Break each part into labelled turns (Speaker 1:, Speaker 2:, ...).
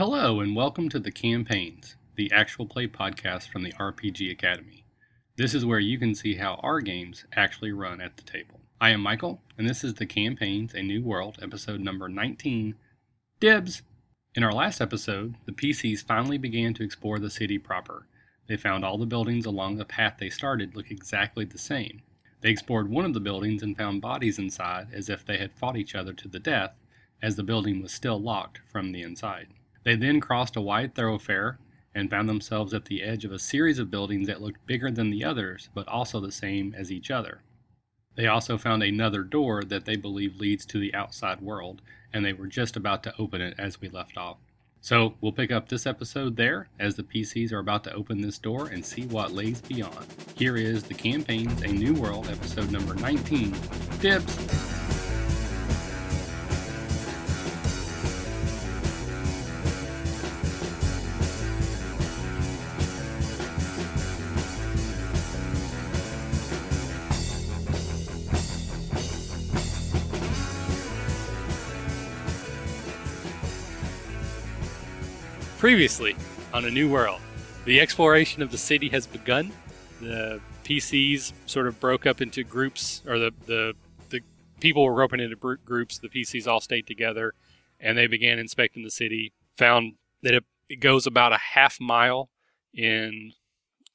Speaker 1: Hello, and welcome to The Campaigns, the actual play podcast from the RPG Academy. This is where you can see how our games actually run at the table. I am Michael, and this is The Campaigns A New World, episode number 19 Dibs! In our last episode, the PCs finally began to explore the city proper. They found all the buildings along the path they started look exactly the same. They explored one of the buildings and found bodies inside as if they had fought each other to the death, as the building was still locked from the inside. They then crossed a wide thoroughfare and found themselves at the edge of a series of buildings that looked bigger than the others, but also the same as each other. They also found another door that they believe leads to the outside world, and they were just about to open it as we left off. So we'll pick up this episode there as the PCs are about to open this door and see what lays beyond. Here is the campaign's A New World episode number 19 Dibs! Previously on A New World, the exploration of the city has begun. The PCs sort of broke up into groups, or the, the, the people were broken into br- groups. The PCs all stayed together and they began inspecting the city. Found that it, it goes about a half mile in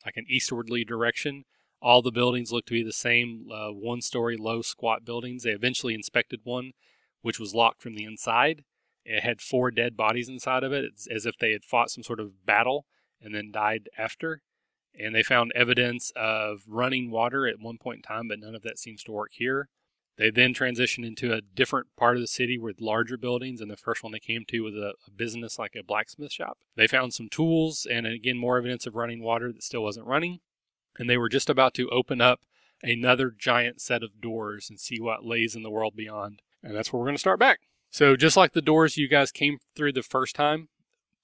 Speaker 1: like an eastwardly direction. All the buildings look to be the same uh, one story low squat buildings. They eventually inspected one, which was locked from the inside. It had four dead bodies inside of it. It's as if they had fought some sort of battle and then died after. And they found evidence of running water at one point in time, but none of that seems to work here. They then transitioned into a different part of the city with larger buildings, and the first one they came to was a, a business like a blacksmith shop. They found some tools and again more evidence of running water that still wasn't running. And they were just about to open up another giant set of doors and see what lays in the world beyond. And that's where we're going to start back. So just like the doors you guys came through the first time,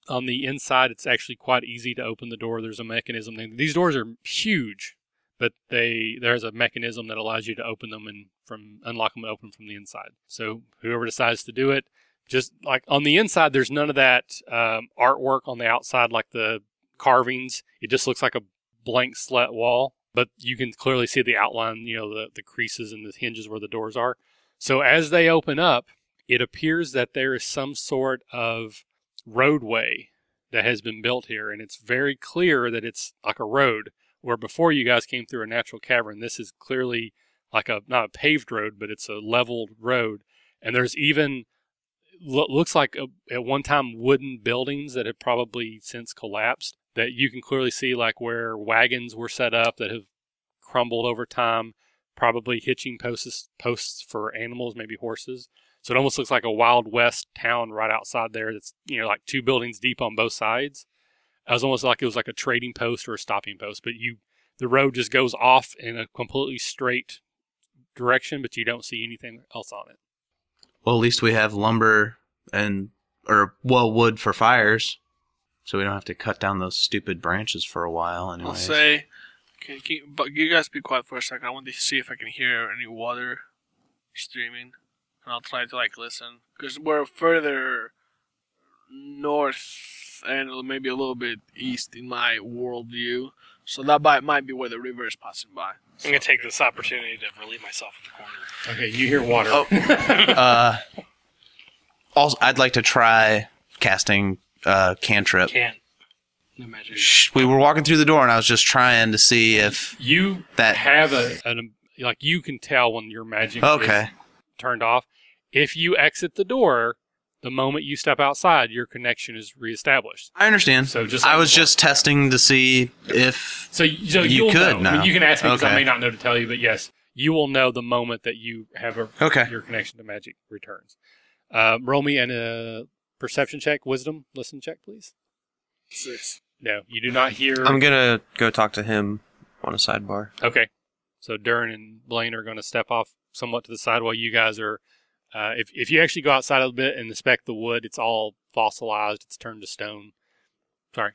Speaker 1: on the inside it's actually quite easy to open the door. There's a mechanism. These doors are huge, but they there's a mechanism that allows you to open them and from unlock them and open from the inside. So whoever decides to do it, just like on the inside, there's none of that um, artwork on the outside like the carvings. It just looks like a blank slat wall, but you can clearly see the outline. You know the the creases and the hinges where the doors are. So as they open up it appears that there is some sort of roadway that has been built here, and it's very clear that it's like a road. Where before you guys came through a natural cavern, this is clearly like a not a paved road, but it's a leveled road, and there's even lo- looks like a, at one time wooden buildings that have probably since collapsed that you can clearly see like where wagons were set up that have crumbled over time probably hitching posts posts for animals maybe horses so it almost looks like a Wild West town right outside there that's, you know, like two buildings deep on both sides. It was almost like it was like a trading post or a stopping post, but you, the road just goes off in a completely straight direction, but you don't see anything else on it.
Speaker 2: Well, at least we have lumber and or well wood for fires, so we don't have to cut down those stupid branches for a while.
Speaker 3: I'll
Speaker 2: Anyways,
Speaker 3: say, can, can, you- but you guys be quiet for a second. I want to see if I can hear any water streaming, and I'll try to like listen because we're further north and maybe a little bit east in my worldview. So that might, might be where the river is passing by.
Speaker 4: I'm gonna take this opportunity to relieve myself of the corner.
Speaker 1: Okay, you hear water.
Speaker 2: Oh. uh, also, I'd like to try casting uh, cantrip.
Speaker 4: Can't. No magic.
Speaker 2: Shh, We were walking through the door, and I was just trying to see if
Speaker 1: You
Speaker 5: Uh,
Speaker 2: that.
Speaker 1: have a, an, like you can tell when your magic is
Speaker 2: Okay,
Speaker 1: turned off. If you exit the door, the moment you step outside, your connection is reestablished.
Speaker 2: I understand.
Speaker 1: So just
Speaker 2: I
Speaker 1: like
Speaker 2: was
Speaker 1: before.
Speaker 2: just testing to see if
Speaker 1: So, y- so
Speaker 2: You
Speaker 1: you will
Speaker 2: could
Speaker 1: know. I mean,
Speaker 2: now.
Speaker 1: you can ask me because I
Speaker 2: Okay.
Speaker 1: may not know to tell you, but yes, you will know the moment that you have a,
Speaker 2: Okay.
Speaker 1: your connection to magic returns. Uh, roll me an uh, perception check, wisdom, listen check, please.
Speaker 3: Six.
Speaker 1: No, you do not hear.
Speaker 2: Um,
Speaker 5: I'm gonna go talk to him on a sidebar.
Speaker 1: okay, so Duran and Blaine are going to step off somewhat to the side while you guys are. Uh, if if you actually go outside a little bit and inspect the wood, it's all fossilized. It's turned to stone. Sorry.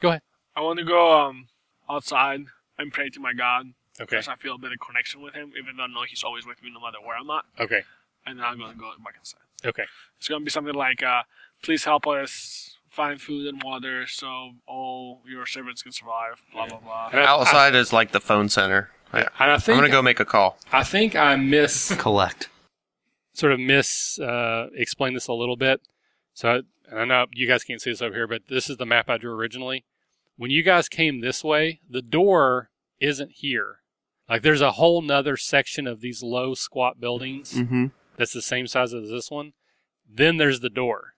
Speaker 1: Go ahead.
Speaker 3: I want to go um outside and pray to my God
Speaker 1: Okay.
Speaker 3: because I feel a bit of connection with Him, even though I know He's always with me no matter where I'm at.
Speaker 1: Okay.
Speaker 3: And then I'm gonna go back inside.
Speaker 1: Okay.
Speaker 3: It's gonna be something like, uh, "Please help us find food and water so all your servants can survive. Blah blah blah.
Speaker 1: And I-
Speaker 5: Outside is like the phone center.
Speaker 1: I,
Speaker 5: I,
Speaker 1: and I
Speaker 5: I'm
Speaker 1: think
Speaker 5: gonna go make a call.
Speaker 1: I think I miss
Speaker 2: Collect.
Speaker 1: sort of miss uh, explain this a little bit. So I, I know you guys can't see this over here, but this is the map I drew originally. When you guys came this way, the door isn't here. Like there's a whole nother section of these low squat buildings
Speaker 5: Mm-hmm.
Speaker 1: that's the same size as this one. Then there's the door.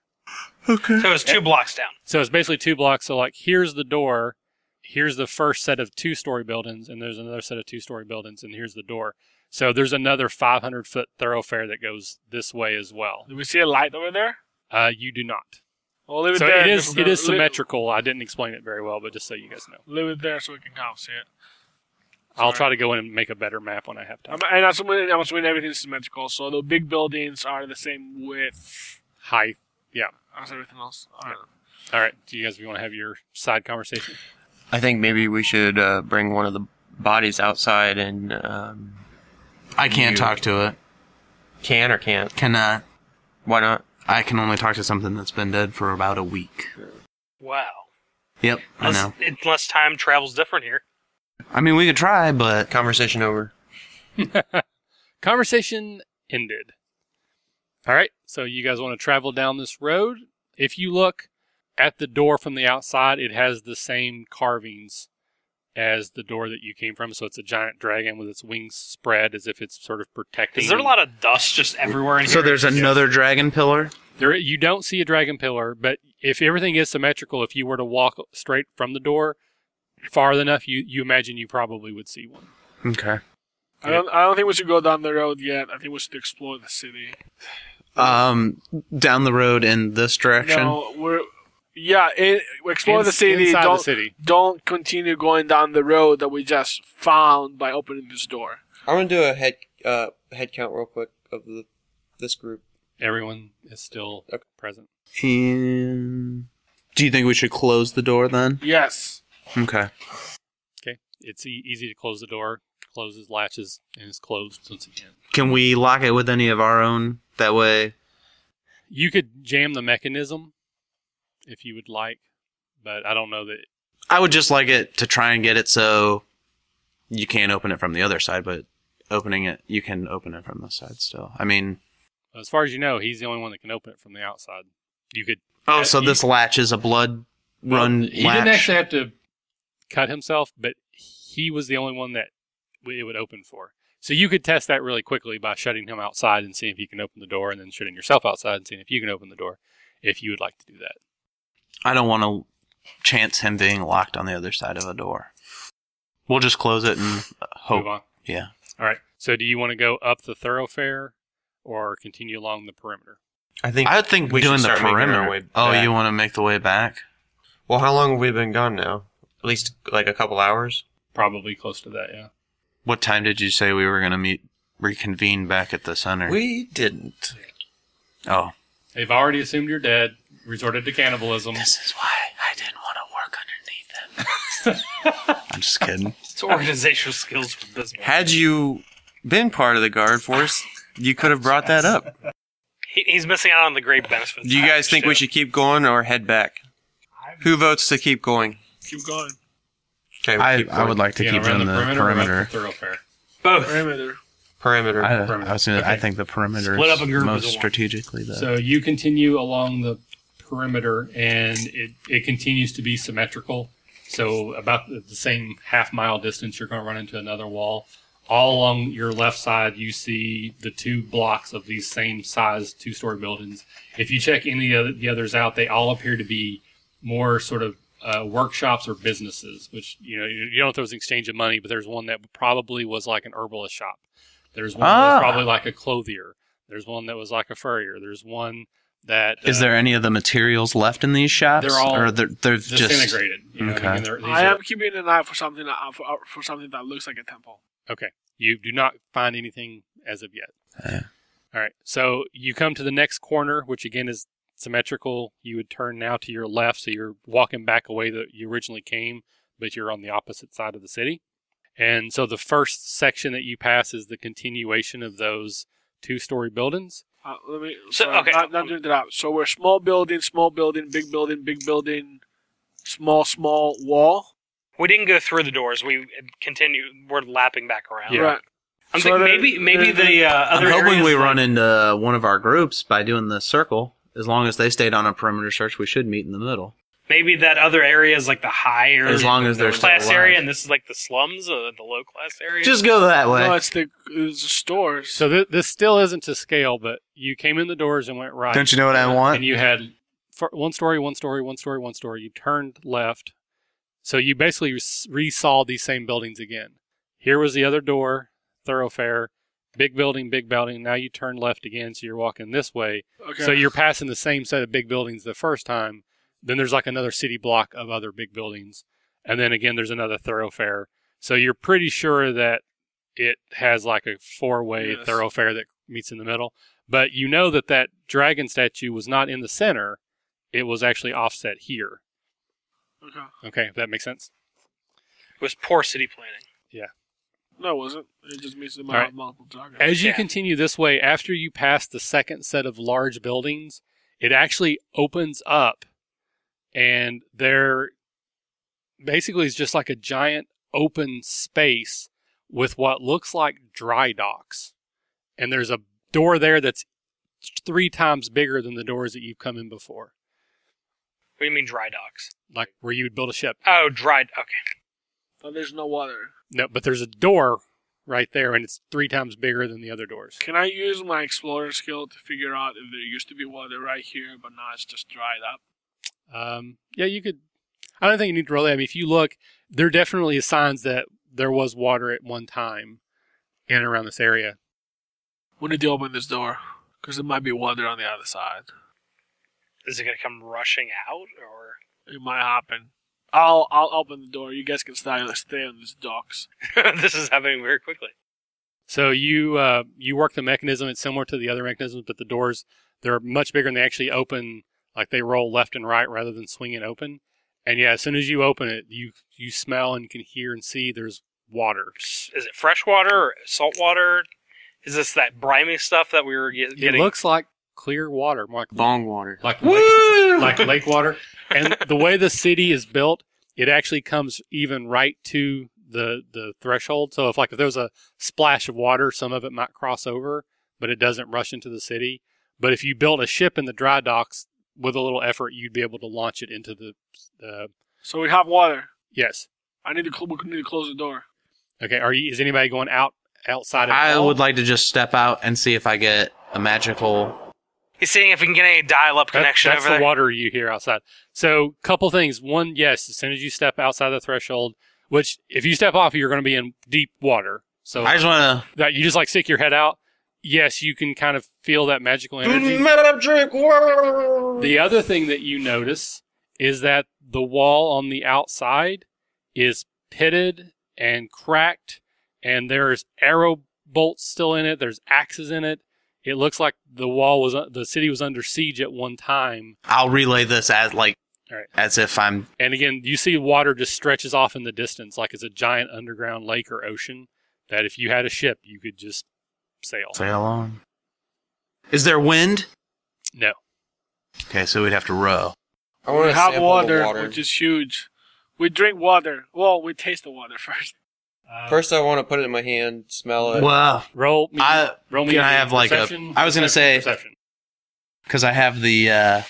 Speaker 5: Okay.
Speaker 4: So it's two blocks down.
Speaker 1: So it's basically two blocks. So like here's the door, here's the first set of two story buildings, and there's another set of two story buildings, and here's the door. So there's another 500 foot thoroughfare that goes this way as well.
Speaker 3: Do we see a light over there?
Speaker 1: Uh, you do not.
Speaker 3: Well, leave it
Speaker 1: So
Speaker 3: there.
Speaker 1: it
Speaker 3: and
Speaker 1: is
Speaker 3: if
Speaker 1: it
Speaker 3: we're
Speaker 1: is
Speaker 3: gonna- leave-
Speaker 1: symmetrical. I didn't explain it very well, but just so you guys know,
Speaker 3: Leave it there so we can come see it.
Speaker 1: I'll
Speaker 3: Sorry.
Speaker 1: try to go in and make a better map when I have time.
Speaker 3: I'm, and I'm assuming, I'm assuming everything's symmetrical, so the big buildings are the same width
Speaker 1: Hi.
Speaker 3: as everything else. All right.
Speaker 1: All right. Do you guys want to have your side conversation?
Speaker 5: I think maybe we should uh, bring one of the bodies outside and um,
Speaker 2: I can't
Speaker 5: You-
Speaker 2: talk to it.
Speaker 5: can or can't.
Speaker 2: Cannot.
Speaker 5: Why not?
Speaker 2: I can only talk to something that's been dead for about a week.
Speaker 4: Wow.
Speaker 2: Yep, I
Speaker 4: Unless,
Speaker 2: know.
Speaker 4: unless time travel's different here.
Speaker 2: I mean, we could try, but
Speaker 5: Conversation over.
Speaker 1: Conversation ended. All right. So you guys want to travel down this road? If you look at the door from the outside, it has the same carvings as the door that you came from. So it's a giant dragon with its wings spread, as if it's sort of protecting.
Speaker 4: Is there a lot of dust just everywhere in
Speaker 2: so
Speaker 4: here?
Speaker 2: there's another dragon pillar.
Speaker 1: There, you don't see a dragon pillar, but if everything is symmetrical, if you were to walk straight from the door far enough, you, you imagine you probably would see one.
Speaker 2: Okay.
Speaker 3: I don't. I don't think we should go down the road yet. I think we should explore the city.
Speaker 2: Um, down the road in this direction.
Speaker 3: No, we're. Yeah, it, we explore
Speaker 1: In-
Speaker 3: the city.
Speaker 1: inside
Speaker 3: Don't
Speaker 1: the city.
Speaker 3: don't continue going down the road that we just found by opening this door.
Speaker 6: I'm gonna do a head uh, head count real quick of the this group.
Speaker 1: Everyone is still
Speaker 6: Okay.
Speaker 1: present.
Speaker 2: And do you think we should close the door then?
Speaker 3: Yes.
Speaker 2: Okay.
Speaker 1: Okay, it's e- easy to close the door. Closes, latches, and is closed once again.
Speaker 2: Can we lock it with any of our own? That way,
Speaker 1: You could jam the mechanism if you would like, but I don't know that.
Speaker 2: I would just like it to try and get it so you can't open it from the other side, but opening it, you can open it from this side still. I mean,
Speaker 1: As far as you know, he's the only one that can open it from the outside. You could
Speaker 2: oh,
Speaker 1: Yeah,
Speaker 2: so
Speaker 1: you-
Speaker 2: this latch is a blood run
Speaker 1: He
Speaker 2: latch.
Speaker 1: didn't actually have to cut himself, but he was the only one that w- it would open for. So you could test that really quickly by shutting him outside and seeing if you can open the door, and then shutting yourself outside and seeing if you can open the door, if you would like to do that.
Speaker 2: I don't want to chance him being locked on the other side of a door. We'll just close it and uh,
Speaker 1: Move
Speaker 2: hope.
Speaker 1: on.
Speaker 2: Yeah.
Speaker 1: All right. So do you want to go up the thoroughfare or continue along the perimeter?
Speaker 5: I think.
Speaker 2: I would think
Speaker 5: we
Speaker 2: doing
Speaker 5: should
Speaker 2: the
Speaker 5: start making our way
Speaker 2: perimeter. Oh,
Speaker 5: back.
Speaker 2: you want to make the way back?
Speaker 5: well, how long have we been gone now? At least like a couple hours.
Speaker 1: Probably close to that. Yeah.
Speaker 2: What time did you say we were going to meet, reconvene back at the center?
Speaker 5: We didn't.
Speaker 2: oh.
Speaker 1: They've already assumed you're dead. Resorted to cannibalism.
Speaker 2: is why I didn't want to work underneath them. I'm just kidding.
Speaker 4: It's organizational skills for business.
Speaker 5: Had you been part of the guard force, you could have brought that up.
Speaker 4: He, he's missing out on the great benefits.
Speaker 5: Do you guys think we
Speaker 4: Shit.
Speaker 5: should keep going or head back? Who votes to keep going?
Speaker 3: Keep going.
Speaker 5: Okay, we'll
Speaker 2: I,
Speaker 5: keep
Speaker 2: I
Speaker 5: going.
Speaker 2: would like to
Speaker 1: Yeah,
Speaker 2: keep
Speaker 1: around
Speaker 2: doing the perimeter.
Speaker 1: or around the thoroughfare.
Speaker 4: both?
Speaker 3: Perimeter.
Speaker 5: perimeter.
Speaker 2: I,
Speaker 1: Perimeter.
Speaker 2: I was gonna, I
Speaker 1: Okay.
Speaker 2: think the perimeter
Speaker 4: Split
Speaker 2: is
Speaker 4: up a group as
Speaker 2: most
Speaker 4: a one.
Speaker 2: strategically the
Speaker 1: So you continue along the perimeter, and it, it continues to be symmetrical. So about the the same half mile distance, you're going to run into another wall. All along your left side, you see the two blocks of these same size two story buildings. If you check any of the others out, they all appear to be more sort of uh, workshops or businesses, which you know you you don't know if there was an exchange of money, but there's one that probably was like an herbalist shop. There's one that
Speaker 2: Ah.
Speaker 1: was probably like a clothier. There's one that was like a furrier. There's one that
Speaker 2: Is
Speaker 1: uh,
Speaker 2: there any of the materials left in these shops?
Speaker 1: They're all
Speaker 2: or they're, they're just
Speaker 1: disintegrated. you know what I
Speaker 2: Okay.
Speaker 1: mean? And they're- these
Speaker 3: I
Speaker 1: are-
Speaker 3: am keeping an eye for something that, for, uh, for something that looks like a temple.
Speaker 1: You do not find anything as of yet.
Speaker 2: Yeah.
Speaker 1: All right. So you come to the next corner, which again is symmetrical. You would turn now to your left, so you're walking back away that you originally came, but you're on the opposite side of the city. And so the first section that you pass is the continuation of those two-story buildings.
Speaker 3: Uh, let me.
Speaker 4: So,
Speaker 3: sorry,
Speaker 4: okay.
Speaker 3: Not, not doing that. So we're small building, small building, big building, big building, small, small wall.
Speaker 4: We didn't go through the doors. We continue. We're lapping back around.
Speaker 1: Yeah.
Speaker 3: Right.
Speaker 4: I'm
Speaker 3: So
Speaker 4: thinking
Speaker 3: there-
Speaker 4: maybe maybe
Speaker 3: there-
Speaker 4: the uh, other.
Speaker 2: I'm hoping
Speaker 4: areas
Speaker 2: we
Speaker 4: like-
Speaker 2: run into one of our groups by doing the circle. As long as they stayed on a perimeter search, we should meet in the middle.
Speaker 4: Maybe that other area is like the higher
Speaker 2: As long as they're
Speaker 4: middle
Speaker 2: still
Speaker 4: class
Speaker 2: alive.
Speaker 4: area, and this is like the slums, uh, the low class area.
Speaker 2: Just go that way.
Speaker 3: No, it's the, it's the stores.
Speaker 1: So th- this still isn't to scale, but you came in the doors and went right.
Speaker 2: Don't you know what I want?
Speaker 1: And you had fir- one story, one story, one story, one story. You turned left, so you basically res- re-saw these same buildings again. Here was the other door thoroughfare, big building, big building. Now you turn left again, so you're walking this way.
Speaker 3: okay.
Speaker 1: So you're passing the same set of big buildings the first time. Then there's like another city block of other big buildings, and then again there's another thoroughfare. So you're pretty sure that it has like a four-way
Speaker 3: Yes.
Speaker 1: thoroughfare that meets in the middle. But you know that that dragon statue was not in the center; it was actually offset here.
Speaker 3: Okay.
Speaker 1: Okay, if that makes sense.
Speaker 4: It was poor city planning.
Speaker 3: No, it wasn't. It just means the
Speaker 1: All right.
Speaker 3: multiple targets.
Speaker 1: As you
Speaker 4: Yeah.
Speaker 1: continue this way, after you pass the second set of large buildings, it actually opens up and there basically is just like a giant open space with what looks like dry docks. And there's a door there that's three times bigger than the doors that you've come in before,
Speaker 4: What do you mean dry docks?
Speaker 1: like where you would build a ship.
Speaker 4: Oh, dry. Okay.
Speaker 3: Oh, there's no water.
Speaker 1: No, but there's a door right there and it's three times bigger than the other doors.
Speaker 3: Can I use my explorer skill to figure out if there used to be water right here, but now it's just dried up?
Speaker 1: Um, yeah, you could. I don't think you need to roll that. I mean, if you look, there definitely is signs that there was water at one time in and around this area.
Speaker 3: We need to open this door because there might be water on the other side.
Speaker 4: Is it going to come rushing out or?
Speaker 3: It might happen. I'll I'll open the door. You guys can stay stay on these docks.
Speaker 4: this is happening very quickly.
Speaker 1: So you uh, you work the mechanism. It's similar to the other mechanisms, but the doors they're much bigger and they actually open like they roll left and right rather than swinging open. And yeah, as soon as you open it, you you smell and can hear and see there's water.
Speaker 4: Is it fresh water or salt water? Is this that briny stuff that we were get,
Speaker 1: It
Speaker 4: getting?
Speaker 1: looks like clear water, like
Speaker 5: Bong water.
Speaker 1: like lake- like lake water. And the way the city is built, it actually comes even right to the the threshold. So if like if there was a splash of water, some of it might cross over, but it doesn't rush into the city. But if you built a ship in the dry docks with a little effort, you'd be able to launch it into the. Uh,
Speaker 3: So we have water.
Speaker 1: yes.
Speaker 3: I need to cl- we need to close the door.
Speaker 1: Okay. Are you? Is anybody going out outside? Of
Speaker 2: I
Speaker 1: all?
Speaker 2: would like to just step out and see if I get a magical.
Speaker 4: He's seeing if we can get any dial-up
Speaker 1: That-
Speaker 4: connection
Speaker 1: that's
Speaker 4: over
Speaker 1: the
Speaker 4: there.
Speaker 1: water you hear outside. So, couple things. One, yes, as soon as you step outside the threshold, which if you step off, you're going to be in deep water. So
Speaker 2: I just want
Speaker 1: that you just like stick your head out. Yes, you can kind of feel that magical energy. The other thing that you notice is that the wall on the outside is pitted and cracked, and there's arrow bolts still in it. There's axes in it. It looks like the wall was uh, the city was under siege at one time,
Speaker 2: to. I'll relay this as like
Speaker 1: All right.
Speaker 2: as if I'm.
Speaker 1: and again, you see water just stretches off in the distance, like it's a giant underground lake or ocean. That if you had a ship, you could just sail.
Speaker 2: Sail on. Is there wind?
Speaker 1: No.
Speaker 2: Okay, so we'd have to row.
Speaker 6: I want
Speaker 3: we
Speaker 6: to
Speaker 3: have
Speaker 6: sample
Speaker 3: water,
Speaker 6: the water.
Speaker 3: which is huge. We drink water. Well, we taste the water first. Uh,
Speaker 6: First, I want to put it in my hand, smell it.
Speaker 2: Wow.
Speaker 1: Roll. Me,
Speaker 2: I
Speaker 1: roll me.
Speaker 2: can I
Speaker 1: a
Speaker 2: have, like, a-
Speaker 1: perception,
Speaker 2: I was gonna
Speaker 1: perception,
Speaker 2: say-
Speaker 1: perception.
Speaker 2: because I have the. uh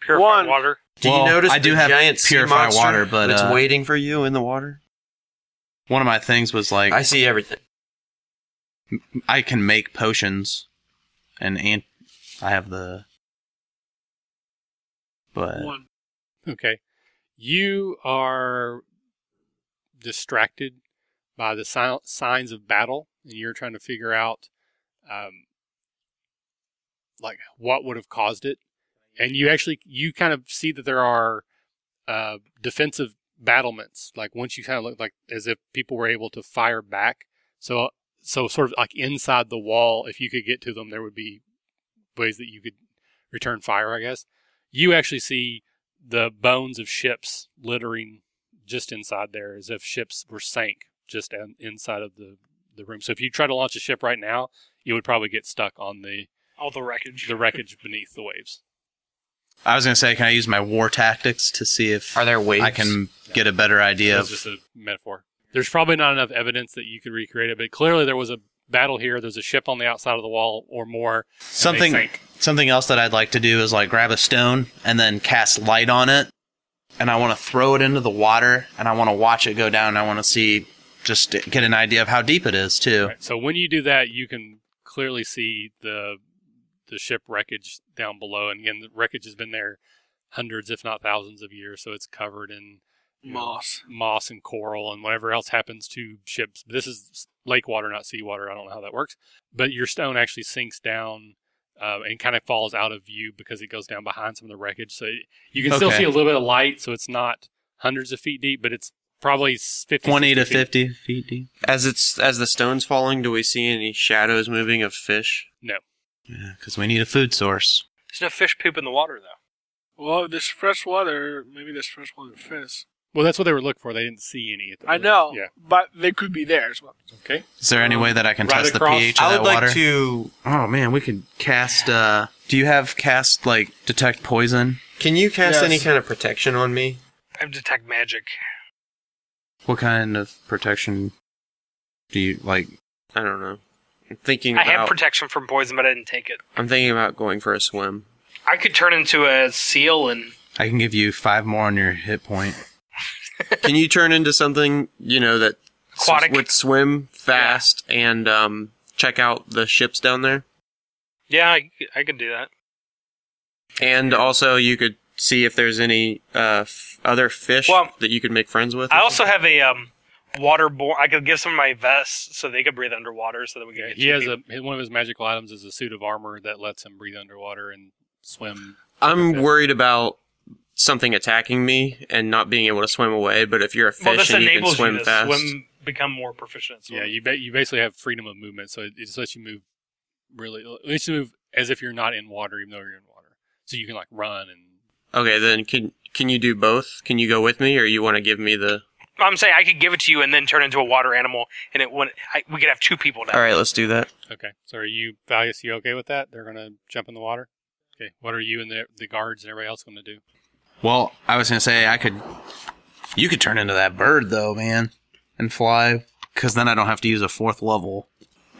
Speaker 4: Purified
Speaker 3: One.
Speaker 4: water.
Speaker 5: Do
Speaker 2: well,
Speaker 5: you notice
Speaker 2: I do
Speaker 5: the
Speaker 2: have
Speaker 5: giant sea
Speaker 2: purify
Speaker 5: monster
Speaker 2: water, but
Speaker 5: that's
Speaker 2: uh,
Speaker 5: waiting for you in the water?
Speaker 2: one of my things was like
Speaker 5: I
Speaker 2: I,
Speaker 5: see everything.
Speaker 2: can make potions, and ant- I have the. But
Speaker 3: One.
Speaker 1: Okay. You are distracted by the sil- signs of battle, and you're trying to figure out, um, like what would have caused it. And you actually you kind of see that there are uh, defensive battlements. Like once you kind of look like as if people were able to fire back. So so sort of like inside the wall, if you could get to them, there would be ways that you could return fire. I guess you actually see the bones of ships littering just inside there as if ships were sank just in, inside of the, the room. So if you try to launch a ship right now, you would probably get stuck on the
Speaker 4: all the wreckage.
Speaker 1: the wreckage beneath the waves.
Speaker 2: I was gonna say, can I use my war tactics to see if
Speaker 5: Are there waves?
Speaker 2: I can get a better idea
Speaker 1: It was
Speaker 2: of
Speaker 1: just a metaphor. There's probably not enough evidence that you could recreate it, but clearly there was a battle here. There's a ship on the outside of the wall or more. and they
Speaker 2: something?
Speaker 1: sank.
Speaker 2: Something else that I'd like to do is like grab a stone and then cast light on it. And I want to throw it into the water and I want to watch it go down. I want to see, just to get an idea of how deep it is, too.
Speaker 1: Right, So when you do that, you can clearly see the the ship wreckage down below. And again, the wreckage has been there hundreds, if not thousands, of years. So it's covered in you know,
Speaker 3: Moss.
Speaker 1: moss and coral and whatever else happens to ships. This is lake water, not seawater. I don't know how that works. But your stone actually sinks down uh, and kind of falls out of view because it goes down behind some of the wreckage. So it- you can still
Speaker 2: Okay.
Speaker 1: see a little bit of light. So it's not hundreds of feet deep, but it's probably s- 50,
Speaker 2: 20 to
Speaker 1: 60 feet.
Speaker 2: 50 feet deep.
Speaker 5: As it's as the stone's falling, do we see any shadows moving of fish?
Speaker 2: Yeah, because we need a food source.
Speaker 4: There's no fish poop in the water though.
Speaker 3: Well, if there's fresh water, maybe there's fresh water fish.
Speaker 1: Well, that's what they were looking for. They didn't see any. At the
Speaker 3: I know,
Speaker 1: Yeah.
Speaker 3: but they could be there as well.
Speaker 1: Okay.
Speaker 2: Is there any way that I can
Speaker 1: Um, Right
Speaker 2: test
Speaker 1: across-
Speaker 2: the pH of
Speaker 5: I
Speaker 2: that
Speaker 5: would like
Speaker 2: water?
Speaker 5: to.
Speaker 2: Oh man, we could cast. uh Do you have cast like detect poison?
Speaker 5: Can you cast
Speaker 3: Yes.
Speaker 5: any kind of protection on me?
Speaker 4: I have detect magic.
Speaker 2: What kind of protection do you like?
Speaker 5: I don't know. I'm thinking
Speaker 4: I
Speaker 5: about.
Speaker 4: had protection from poison, but I didn't take it.
Speaker 5: I'm thinking about going for a swim.
Speaker 4: I could turn into a seal and
Speaker 2: I can give you five more on your hit point.
Speaker 5: can you turn into something you know that s-
Speaker 4: Aquatic.
Speaker 5: would swim fast and um, check out the ships down there?
Speaker 4: yeah, I, I could do that.
Speaker 5: And also, you could see if there's any uh, f- other fish
Speaker 4: Well,
Speaker 5: that you could make friends with. or
Speaker 4: I also have a um waterborne. I could give some of my vests so they could breathe underwater, so that we could.
Speaker 1: Yeah,
Speaker 4: get
Speaker 1: he
Speaker 4: two
Speaker 1: has
Speaker 4: people.
Speaker 1: a his- one of his magical items is a suit of armor that lets him breathe underwater and swim.
Speaker 5: something? I'm worried about something attacking me and not being able to swim away. But if you're a
Speaker 4: Well,
Speaker 5: fish
Speaker 4: this
Speaker 5: and you can
Speaker 4: enables
Speaker 5: swim
Speaker 4: you to
Speaker 5: fast,
Speaker 4: swim, become more proficient. at
Speaker 1: Yeah,
Speaker 4: swimming.
Speaker 1: you ba- you basically have freedom of movement, so it, it just lets you move really it lets you move as if you're not in water, even though you're in water. So you can like run and
Speaker 5: okay, then can can you do both? Can you go with me, or you want to give me the?
Speaker 4: I'm saying I could give it to you and then turn into a water animal, and it wouldn't. I, we could have two people now.
Speaker 5: All right, let's do that.
Speaker 1: okay. So are you Valius? You okay with that? They're gonna jump in the water. Okay. What are you and the the guards and everybody else going to do?
Speaker 2: Well, I was gonna say I could. You could turn into that bird though, man, and fly. Because then I don't have to use a fourth level.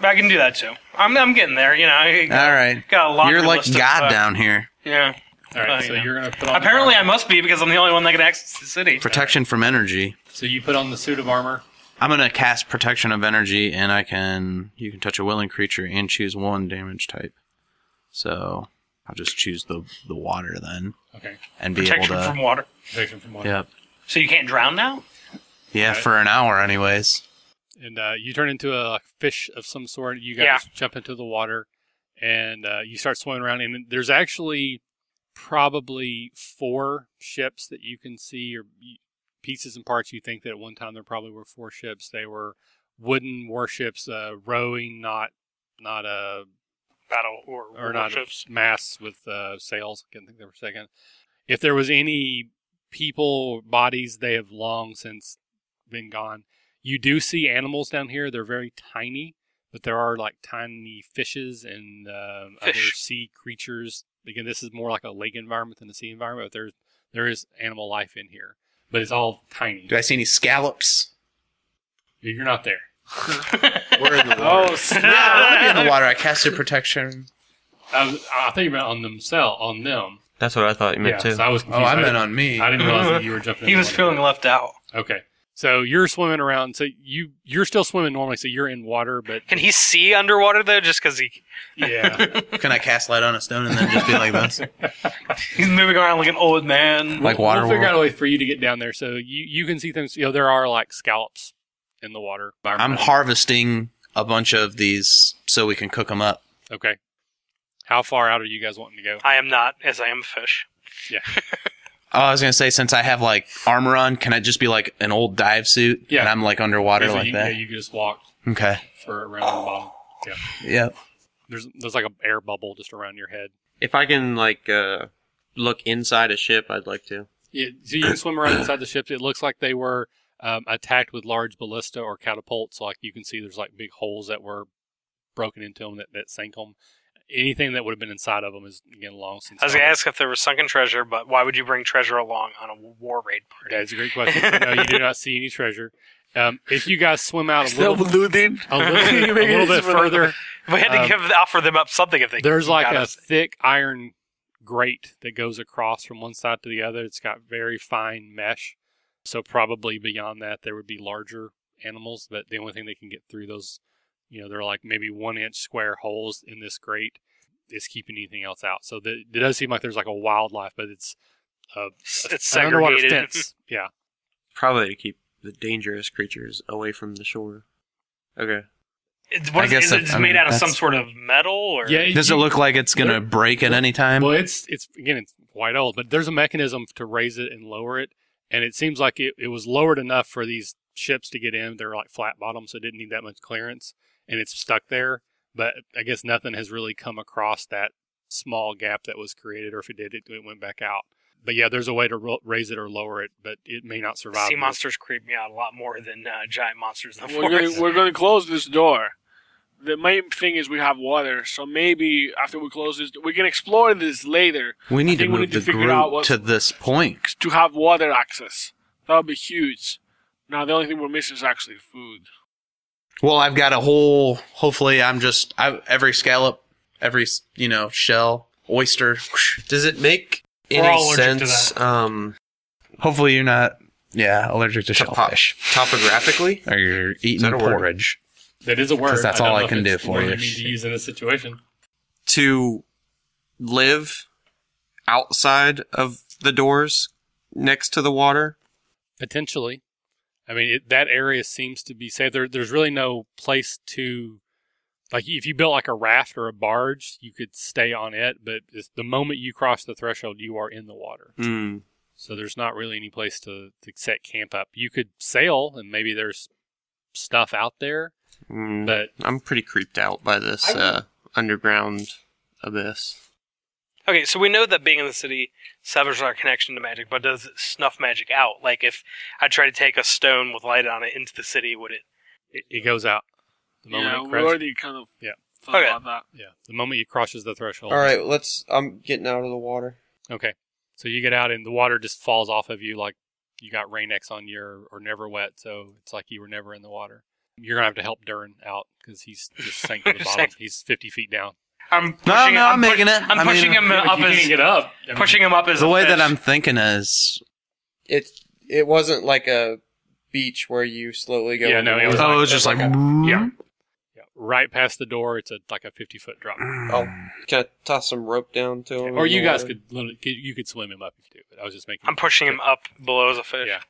Speaker 4: But I can do that too. I'm, I'm getting there. You know, I
Speaker 5: Uh,
Speaker 2: All right,
Speaker 4: got a lot.
Speaker 2: you're like God
Speaker 4: of, uh,
Speaker 2: down here.
Speaker 4: Yeah.
Speaker 1: All right.
Speaker 4: Oh,
Speaker 1: so
Speaker 4: yeah.
Speaker 1: you're going to put on
Speaker 4: Apparently, I must be because I'm the only one that can access the city.
Speaker 2: Protection from energy.
Speaker 1: so you put on the suit of armor.
Speaker 2: I'm gonna cast protection of energy, and I can you can touch a willing creature and choose one damage type. So I'll just choose the the water then,
Speaker 1: Okay.
Speaker 2: and be
Speaker 4: Protection
Speaker 2: able to.
Speaker 4: from water.
Speaker 1: Protection from water.
Speaker 2: yep.
Speaker 4: So you can't drown now.
Speaker 2: Yeah,
Speaker 1: Right.
Speaker 2: for an hour, anyways.
Speaker 1: and uh, you turn into a fish of some sort. You guys
Speaker 4: Yeah.
Speaker 1: jump into the water, and uh, you start swimming around. And there's actually probably four ships that you can see, or y- pieces and parts. You think that at one time there probably were four ships. They were wooden warships, uh, rowing, not not uh,
Speaker 4: Battle or,
Speaker 1: or not
Speaker 4: warships.
Speaker 1: masts with uh, sails. I can't think there for a second. If there was any people bodies, they have long since been gone. You do see animals down here. They're very tiny, but there are like tiny fishes and uh, other
Speaker 4: Fish.
Speaker 1: sea creatures. Again, this is more like a lake environment than a sea environment. But there's there is animal life in here, but it's all tiny.
Speaker 2: I see any scallops?
Speaker 1: You're not there.
Speaker 2: We're in the
Speaker 3: Oh, snap.
Speaker 2: in the water. I casted protection.
Speaker 1: I, I think about on themselves, on them.
Speaker 5: That's what I thought you meant too.
Speaker 1: so I was.
Speaker 2: Oh,
Speaker 1: Confused.
Speaker 2: I meant
Speaker 1: didn't-
Speaker 2: on me.
Speaker 1: I didn't realize that you were jumping.
Speaker 4: he
Speaker 1: in the
Speaker 4: was
Speaker 1: water.
Speaker 4: feeling left out.
Speaker 1: Okay. So you're swimming around. So you you're still swimming normally. So you're in water, but
Speaker 4: Can he see underwater though? Just because he
Speaker 1: yeah,
Speaker 2: Can I cast light on a stone and then just be like this?
Speaker 4: he's moving around like an old man.
Speaker 2: Like water
Speaker 1: We'll figure
Speaker 2: world.
Speaker 1: out a way for you to get down there. So you you can see things. You know, there are like scallops in the water.
Speaker 2: I'm harvesting a bunch of these so we can cook them up.
Speaker 1: Okay. How far out are you guys wanting to go?
Speaker 4: I am not, as I am fish.
Speaker 2: Oh, I was gonna say since I have like armor on, can I just be like an old dive suit?
Speaker 1: Yeah.
Speaker 2: And I'm like underwater
Speaker 1: Okay, so
Speaker 2: like
Speaker 1: you,
Speaker 2: that.
Speaker 1: Yeah, you can just walk
Speaker 2: Okay.
Speaker 1: for around the bottom.
Speaker 2: Yep.
Speaker 1: There's there's like an air bubble just around your head.
Speaker 5: If I can like uh, look inside a ship, I'd like to.
Speaker 1: Yeah, so you can swim around inside the ship. It looks like they were um, attacked with large ballista or catapults. Like you can see, there's like big holes that were broken into them that, that sank them. Anything that would have been inside of them is again long since.
Speaker 4: I was gonna
Speaker 1: gone.
Speaker 4: ask if there was sunken treasure, but why would you bring treasure along on a war raid party?
Speaker 1: That's a great question. So, no, you do not see any treasure. Um, if you guys swim out a
Speaker 3: Still
Speaker 1: little,
Speaker 3: looting.
Speaker 1: a little bit, a
Speaker 3: You're making
Speaker 1: little
Speaker 3: this
Speaker 1: bit
Speaker 3: for the-
Speaker 1: further,
Speaker 4: We had to
Speaker 1: Um,
Speaker 4: give offer them up something if they
Speaker 1: There's like
Speaker 4: got
Speaker 1: a
Speaker 4: us.
Speaker 1: thick iron grate that goes across from one side to the other. It's got very fine mesh. So probably beyond that there would be larger animals, but the only thing they can get through those, you know, they're like maybe one inch square holes in this grate is keeping anything else out. So the, it does seem like there's like a wildlife, but it's a,
Speaker 4: it's
Speaker 1: an underwater
Speaker 4: segregated.
Speaker 1: fence. Yeah.
Speaker 5: Probably to keep the dangerous creatures away from the shore. Okay.
Speaker 4: It's, what
Speaker 2: I
Speaker 4: is,
Speaker 2: guess
Speaker 4: is
Speaker 2: that-
Speaker 4: it's
Speaker 2: I
Speaker 4: made
Speaker 2: mean,
Speaker 4: out of some
Speaker 2: that's-
Speaker 4: sort of metal or
Speaker 1: Yeah.
Speaker 2: Does it
Speaker 1: you-
Speaker 2: look like it's gonna break at any time?
Speaker 1: Well, it's it's again it's quite old, but there's a mechanism to raise it and lower it, and it seems like it, it was lowered enough for these ships to get in. They're like flat bottom, so it didn't need that much clearance, and it's stuck there. But I guess nothing has really come across that small gap that was created, or if it did, it, it went back out. But yeah, there's a way to ro- raise it or lower it, but it may not survive.
Speaker 4: sea
Speaker 1: this.
Speaker 4: monsters creep me out a lot more than uh, giant monsters in the
Speaker 3: We're
Speaker 4: forest.
Speaker 3: gonna, we're gonna close this door. The main thing is we have water, so maybe after we close this, we can explore this later
Speaker 2: we need to
Speaker 3: think we
Speaker 2: move
Speaker 3: need to
Speaker 2: the
Speaker 3: figure out
Speaker 2: group
Speaker 3: what's-
Speaker 2: to this point.
Speaker 3: to have water access. That would be huge. Now the only thing we're missing is actually food.
Speaker 2: Well, I've got a whole. Hopefully, I'm just I, every scallop, every you know shell, oyster.
Speaker 5: Does it make
Speaker 4: We're
Speaker 5: any
Speaker 4: all allergic to
Speaker 5: sense um,
Speaker 2: Hopefully, you're not. Yeah, allergic to
Speaker 5: To pop-
Speaker 2: shellfish,
Speaker 5: topographically?
Speaker 2: or you're eating
Speaker 5: that a word?
Speaker 2: porridge.
Speaker 1: That is a word.
Speaker 2: 'Cause that's
Speaker 1: don't
Speaker 2: all I
Speaker 1: know if
Speaker 2: can
Speaker 1: it's
Speaker 2: do
Speaker 1: the
Speaker 2: for
Speaker 1: word
Speaker 2: you.
Speaker 1: need to use in this situation.
Speaker 5: to live outside of the doors next to the water.
Speaker 1: Potentially. I mean, it, that area seems to be safe. There, there's really no place to, like, if you built like a raft or a barge, you could stay on it. But it's, the moment you cross the threshold, you are in the water.
Speaker 5: Hmm.
Speaker 1: So there's not really any place to, to set camp up. You could sail, and maybe there's stuff out there,
Speaker 6: Mm-hmm.
Speaker 5: Hmm.
Speaker 1: but
Speaker 5: I'm pretty creeped out by this uh, underground abyss.
Speaker 4: Okay, so we know that being in the city severs our connection to magic, but does it snuff magic out? Like if I try to take a stone with light on it into the city, would it?
Speaker 1: it, it goes out the moment
Speaker 3: Yeah,
Speaker 1: it
Speaker 3: we
Speaker 1: crashes.
Speaker 3: already kind of
Speaker 1: Yeah.
Speaker 3: thought
Speaker 4: Okay.
Speaker 3: about that.
Speaker 1: yeah, the moment you crosses the threshold.
Speaker 6: All right, let's. I'm getting out of the water.
Speaker 1: Okay. So you get out and the water just falls off of you like you got rain X on you or, or never wet, so it's like you were never in the water. You're gonna have to help Durin out because he's just sank to the bottom. He's 50 feet down.
Speaker 4: I'm
Speaker 2: No,
Speaker 4: pushing-
Speaker 2: no, I'm
Speaker 4: pu-
Speaker 2: making it.
Speaker 4: I'm
Speaker 2: I mean,
Speaker 4: pushing him
Speaker 1: If
Speaker 4: up
Speaker 1: you can't
Speaker 4: as
Speaker 1: get up. I mean,
Speaker 4: pushing him up as
Speaker 2: The
Speaker 4: a
Speaker 2: way that
Speaker 4: fish.
Speaker 2: I'm thinking is,
Speaker 6: It it wasn't like a beach where you slowly go.
Speaker 1: Yeah,
Speaker 6: in the
Speaker 1: no, it
Speaker 6: water.
Speaker 1: was
Speaker 2: oh, it's just like mm.
Speaker 1: yeah. yeah, right past the door. It's a like a 50 foot drop.
Speaker 5: oh,
Speaker 6: I'll kind of toss some rope down to him.
Speaker 1: Or
Speaker 6: in
Speaker 1: you
Speaker 6: the
Speaker 1: guys
Speaker 6: water.
Speaker 1: could literally- could- you could swim him up if you do. But I was just making.
Speaker 4: I'm pushing him up below as a fish.
Speaker 1: Yeah.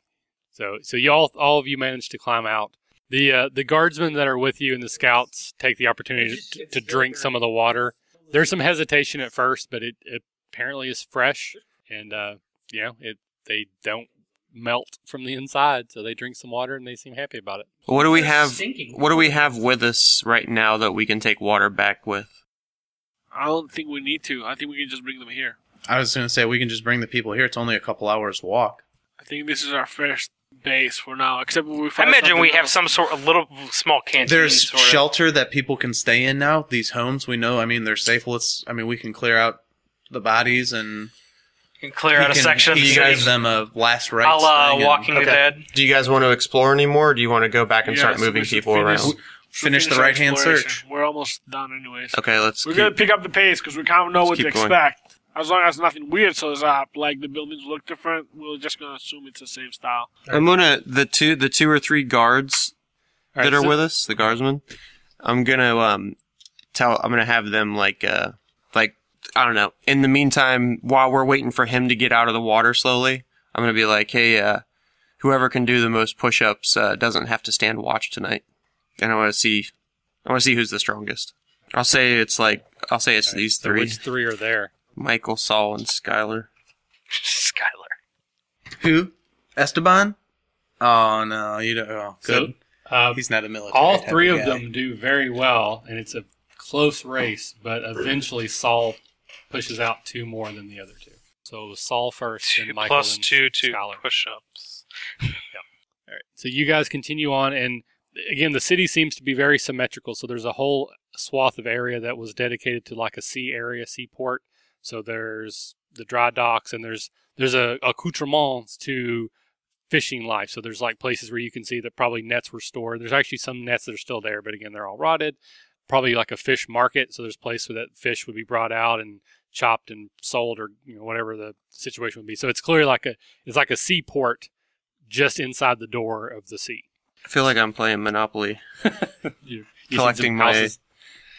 Speaker 1: So so y'all all of you managed to climb out. The uh, the guardsmen that are with you and the scouts take the opportunity to, to drink some of the water. There's some hesitation at first, but it, it apparently is fresh, and uh, you know it they don't melt from the inside, so they drink some water and they seem happy about it.
Speaker 5: What do we have? What do we have with us right now that we can take water back with?
Speaker 3: I don't think we need to. I think we can just bring them here.
Speaker 2: I was gonna say we can just bring the people here. It's only a couple hours walk.
Speaker 3: I think this is our first base for now. Except if we
Speaker 4: I
Speaker 3: find
Speaker 4: imagine we
Speaker 3: something
Speaker 4: have
Speaker 3: else.
Speaker 4: some sort of little small canteen.
Speaker 2: There's
Speaker 4: sort of.
Speaker 2: shelter that people can stay in now. These homes we know. I mean, they're safe. Let's. I mean, we can clear out the bodies and
Speaker 4: You uh, can clear out a
Speaker 2: we can
Speaker 4: section of
Speaker 2: give
Speaker 4: the city.
Speaker 2: them a last rites.
Speaker 4: A la
Speaker 2: thing and
Speaker 4: Walking
Speaker 5: Okay.
Speaker 4: Dead.
Speaker 5: Do you guys want to explore anymore? Or do you want to go back and
Speaker 3: Yeah,
Speaker 5: start
Speaker 3: so we
Speaker 5: moving
Speaker 3: should
Speaker 5: people
Speaker 3: finish-
Speaker 5: around?
Speaker 3: should
Speaker 2: Finish the
Speaker 3: our
Speaker 2: right-hand
Speaker 3: exploration.
Speaker 2: search.
Speaker 3: We're almost done, anyways.
Speaker 5: Okay, let's.
Speaker 3: We're
Speaker 5: Keep,
Speaker 3: gonna pick up the pace because we kind of know
Speaker 5: Let's
Speaker 3: what to
Speaker 5: keep going.
Speaker 3: expect. As long as nothing weird shows up, like the buildings look different, we're just gonna assume it's the same style.
Speaker 5: I'm gonna the two the two or three guards
Speaker 1: All right,
Speaker 5: that are
Speaker 1: so-
Speaker 5: with us, the guardsmen. I'm gonna um tell I'm gonna have them like uh like I don't know. In the meantime, while we're waiting for him to get out of the water slowly, I'm gonna be like, hey, uh, whoever can do the most push-ups uh, doesn't have to stand watch tonight. And I want to see, I want to see who's the strongest. I'll say it's like I'll say it's these
Speaker 1: so
Speaker 5: three:
Speaker 1: which three are there?
Speaker 5: Michael, Saul, and Skylar.
Speaker 4: Skylar.
Speaker 2: Who? Esteban? Oh no, you don't. Oh, good.
Speaker 1: So, um,
Speaker 2: He's not a military.
Speaker 1: all
Speaker 2: type
Speaker 1: three of
Speaker 2: guy.
Speaker 1: them do very well, and it's a close race. But eventually, Saul pushes out two more than the other two. So it was Saul first,
Speaker 4: Two
Speaker 1: and Michael
Speaker 4: plus
Speaker 1: and
Speaker 4: two to
Speaker 1: Scholar.
Speaker 4: push ups.
Speaker 1: So you guys continue on, and again, the city seems to be very symmetrical. So there's a whole swath of area that was dedicated to like a sea area, seaport. So there's the dry docks and there's there's a accoutrements to fishing life. So there's like places where you can see that probably nets were stored. There's actually some nets that are still there, but again, they're all rotted. Probably like a fish market. So there's place where that fish would be brought out and chopped and sold or you know whatever the situation would be. So it's clearly like a it's like a seaport just inside the door of the sea.
Speaker 5: I feel like I'm playing Monopoly.
Speaker 1: You- you see some
Speaker 5: Collecting my
Speaker 1: houses.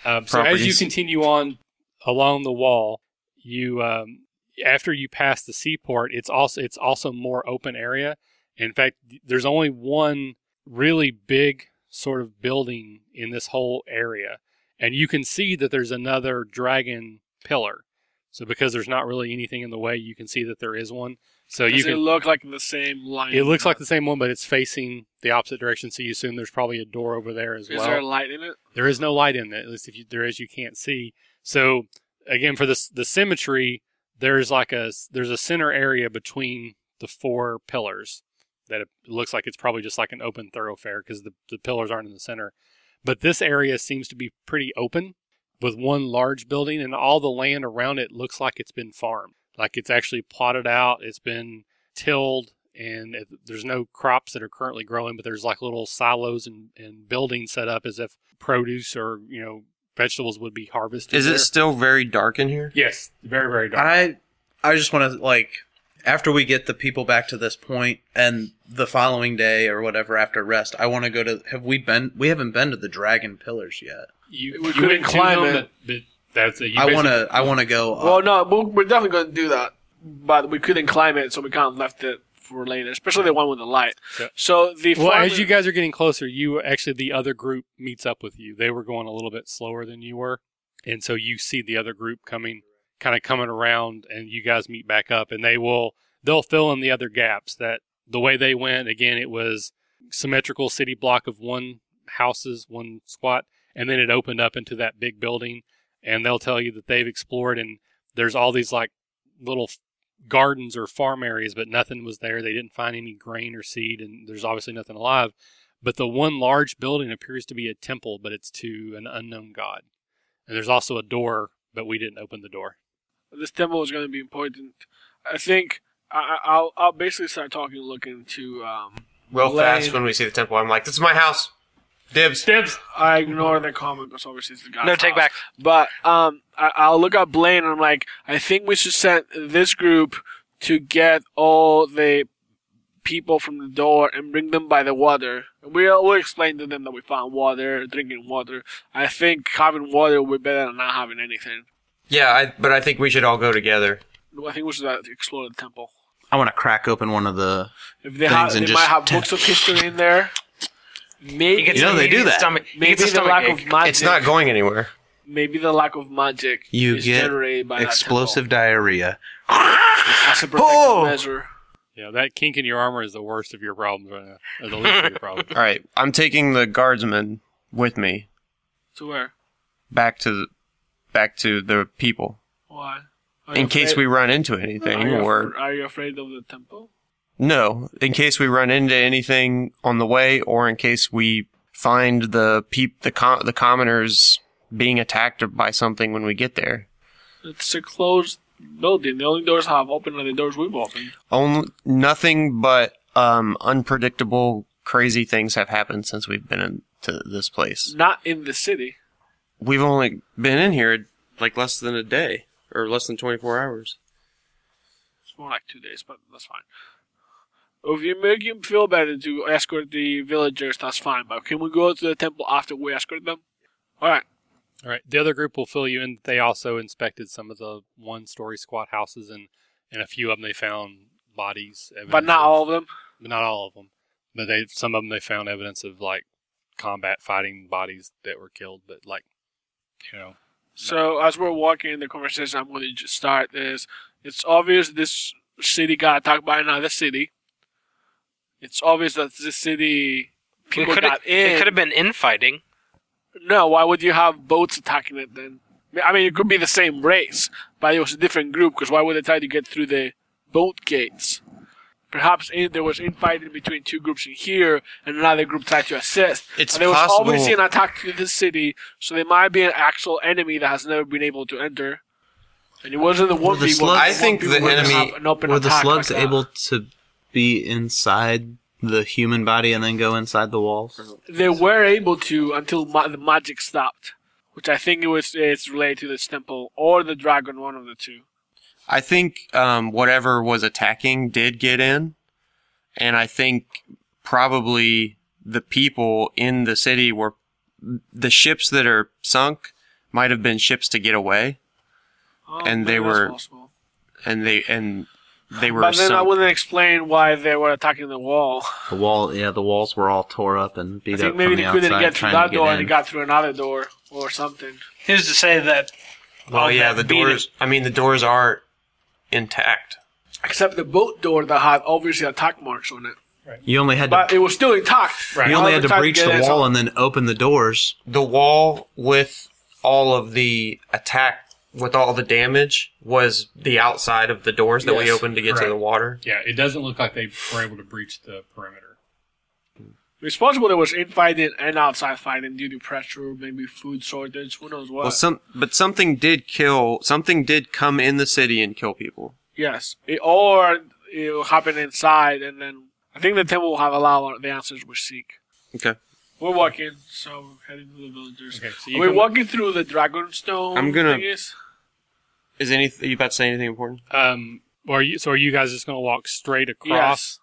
Speaker 1: Um, so as you
Speaker 5: properties.
Speaker 1: continue on along the wall, you um, after you pass the seaport, it's also it's also more open area. In fact, there's only one really big sort of building in this whole area, and you can see that there's another dragon pillar. So because there's not really anything in the way, you can see that there is one. So you
Speaker 3: Does
Speaker 1: can
Speaker 3: it look like the same line?
Speaker 1: it looks like the same one, but it's facing the opposite direction. So you assume there's probably a door over there as
Speaker 3: Is
Speaker 1: well.
Speaker 3: there a light in it?
Speaker 1: There is no light in it. At least if you, there is, you can't see. So again, for this the symmetry, there's like a there's a center area between the four pillars that it looks like it's probably just like an open thoroughfare because the, the pillars aren't in the center. But this area seems to be pretty open with one large building, and all the land around it looks like it's been farmed. Like it's actually plotted out, it's been tilled, and it, there's no crops that are currently growing, but there's like little silos and, and buildings set up as if produce or, you know, vegetables would be harvested.
Speaker 5: Is
Speaker 1: there.
Speaker 5: it still very dark in here?
Speaker 1: Yes, very, very dark.
Speaker 2: I I just want to like after we get the people back to this point and the following day or whatever after rest, I want to go to. Have we been? We haven't been to the Dragon Pillars yet.
Speaker 1: you
Speaker 3: We couldn't climb it.
Speaker 1: But, but that's it. You
Speaker 2: I want
Speaker 1: basically-
Speaker 2: to. I want to go.
Speaker 3: Well,
Speaker 2: Up.
Speaker 3: no, we'll, we're definitely going to do that, but we couldn't climb it, so we kind of left it for later, especially the one with the light.
Speaker 1: Yeah.
Speaker 3: So the
Speaker 1: Well,
Speaker 3: farm-
Speaker 1: as you guys are getting closer, you actually the other group meets up with you. They were going a little bit slower than you were, and so you see the other group coming, kind of coming around, and you guys meet back up, and they will they'll fill in the other gaps. That the way they went again, it was symmetrical city block of one houses, one squat, and then it opened up into that big building, and they'll tell you that they've explored, and there's all these like little gardens or farm areas, but nothing was there. They didn't find any grain or seed, and there's obviously nothing alive. But the one large building appears to be a temple, but it's to an unknown god. And there's also a door, but we didn't open the door.
Speaker 3: this temple is going to be important. I think I, I- I'll I'll basically start talking, looking to. Um,
Speaker 5: Real
Speaker 3: Lay-
Speaker 5: fast when we see the temple, I'm like, "This is my house." Dibs.
Speaker 1: Dibs!
Speaker 3: I ignore the comment because obviously it's the god.
Speaker 4: No, take back.
Speaker 3: But um, I, I'll look up Blaine and I'm like, I think we should send this group to get all the people from the door and bring them by the water. We'll, we'll explain to them that we found water, drinking water. I think having water would be better than not having anything.
Speaker 5: Yeah, I, but I think we should all go together.
Speaker 3: I think we should uh, explore the temple.
Speaker 2: I want to crack open one of the.
Speaker 3: If they, have,
Speaker 2: Things and
Speaker 3: they might
Speaker 2: just
Speaker 3: have
Speaker 2: tap.
Speaker 3: books of history in there. Maybe,
Speaker 4: He gets-
Speaker 2: You know, they
Speaker 4: he
Speaker 2: do
Speaker 4: gets
Speaker 2: that.
Speaker 4: Stomach, he
Speaker 3: maybe
Speaker 4: gets a
Speaker 3: the lack
Speaker 4: stomachache.
Speaker 3: of magic.
Speaker 5: It's not going anywhere.
Speaker 3: maybe the lack of magic
Speaker 2: You
Speaker 3: is
Speaker 2: get
Speaker 3: generated by that
Speaker 2: explosive diarrhea.
Speaker 3: temple as a protective
Speaker 2: Oh!
Speaker 3: measure.
Speaker 1: Yeah, that kink in your armor is the worst of your problems right now, or the least of your problems.
Speaker 5: All right, I'm taking the guardsman with me
Speaker 3: To where?
Speaker 5: back to the, back to the people
Speaker 3: Why? Are
Speaker 5: in
Speaker 3: you
Speaker 5: case we
Speaker 3: afraid-
Speaker 5: run into anything
Speaker 3: are you,
Speaker 5: or
Speaker 3: af- are you afraid of the temple?
Speaker 5: No, in case we run into anything on the way, or in case we find the peep the com- the commoners being attacked by something when we get there.
Speaker 3: It's a closed building. The only doors have open are the doors we've opened.
Speaker 5: Only nothing but um, unpredictable, crazy things have happened since we've been in to this place.
Speaker 3: Not in the city.
Speaker 5: We've only been in here like less than a day or less than twenty four hours.
Speaker 3: It's more like two days, but that's fine. If you make him feel better to escort the villagers, that's fine. But can we go to the temple after we escort them? All right.
Speaker 1: All right, the other group will fill you in. They also inspected some of the one-story squat houses, and and a few of them they found bodies,
Speaker 3: But
Speaker 1: evidence
Speaker 3: not
Speaker 1: of-
Speaker 3: all of them.
Speaker 1: but not all of them. But they some of them they found evidence of like combat fighting bodies that were killed, but like you know
Speaker 3: So as we're walking in the conversation, I'm going to just start is it's obvious this city got attacked by another city. It's obvious that this city
Speaker 4: It
Speaker 3: people
Speaker 4: could have
Speaker 3: got
Speaker 4: it
Speaker 3: in.
Speaker 4: could have been infighting.
Speaker 3: No, why would you have boats attacking it then? I mean- I mean, it could be the same race, but it was a different group. Because why would they try to get through the boat gates? Perhaps in, there was infighting between two groups in here, and another group tried to assist.
Speaker 5: It's
Speaker 3: and there
Speaker 5: possible-
Speaker 3: was obviously an attack to this city, so there might be an actual enemy that has never been able to enter. And it wasn't the one
Speaker 2: the
Speaker 3: people.
Speaker 2: slugs-
Speaker 5: I think the enemy-
Speaker 3: an open
Speaker 2: Were the
Speaker 3: attack
Speaker 2: slugs
Speaker 3: like that.
Speaker 2: able to be inside the human body and then go inside the walls?
Speaker 3: They were able to until ma- the magic stopped, which I think it was it's related to this temple or the dragon, one of the two.
Speaker 5: I think um, whatever was attacking did get in, and I think probably the people in the city were the ships that are sunk might have been ships to get away,
Speaker 3: Oh,
Speaker 5: And they
Speaker 3: maybe that's
Speaker 5: were-
Speaker 3: possible.
Speaker 5: and they and they were
Speaker 3: But then I
Speaker 5: sunk.
Speaker 3: wouldn't explain why they were attacking the wall.
Speaker 2: The wall, yeah, the walls were all tore up and beat
Speaker 3: I think
Speaker 2: up
Speaker 3: maybe
Speaker 2: from
Speaker 3: they
Speaker 2: the
Speaker 3: couldn't
Speaker 2: outside,
Speaker 3: get through
Speaker 2: trying
Speaker 3: that
Speaker 2: to get
Speaker 3: door
Speaker 2: in.
Speaker 3: and they got through another door or something.
Speaker 4: Who's to say that? oh,
Speaker 5: well,
Speaker 4: all
Speaker 5: yeah,
Speaker 4: that
Speaker 5: the
Speaker 4: beating-
Speaker 5: doors. I mean, the doors are intact.
Speaker 3: Except the boat door that had obviously attack marks on it.
Speaker 2: you only had
Speaker 3: But
Speaker 2: to,
Speaker 3: it was still intact.
Speaker 4: Right.
Speaker 2: you only had to
Speaker 3: Tried
Speaker 2: breach
Speaker 3: get
Speaker 2: the
Speaker 3: in, so-
Speaker 2: wall and then open the doors.
Speaker 5: the wall with all of the attack with all the damage was the outside of the doors that we
Speaker 3: Yes.
Speaker 5: opened to get to
Speaker 1: Correct.
Speaker 5: the water.
Speaker 1: Yeah, it doesn't look like they were able to breach the perimeter.
Speaker 3: It's possible there was infighting and outside fighting due to pressure, maybe food shortage, who knows what.
Speaker 5: Well, some but something did kill. Something did come in the city and kill people.
Speaker 3: Yes, it, or it will happen inside, and then I think the temple will have allowed the answers we seek.
Speaker 5: Okay,
Speaker 3: We're walking, so we're heading to the villagers.
Speaker 1: Okay, so you
Speaker 3: We're
Speaker 1: can-
Speaker 3: walking through the Dragonstone.
Speaker 5: I'm gonna-
Speaker 3: Thingies.
Speaker 5: is any are you about to say anything important?
Speaker 1: Um, are you, so are you guys just going to walk straight across?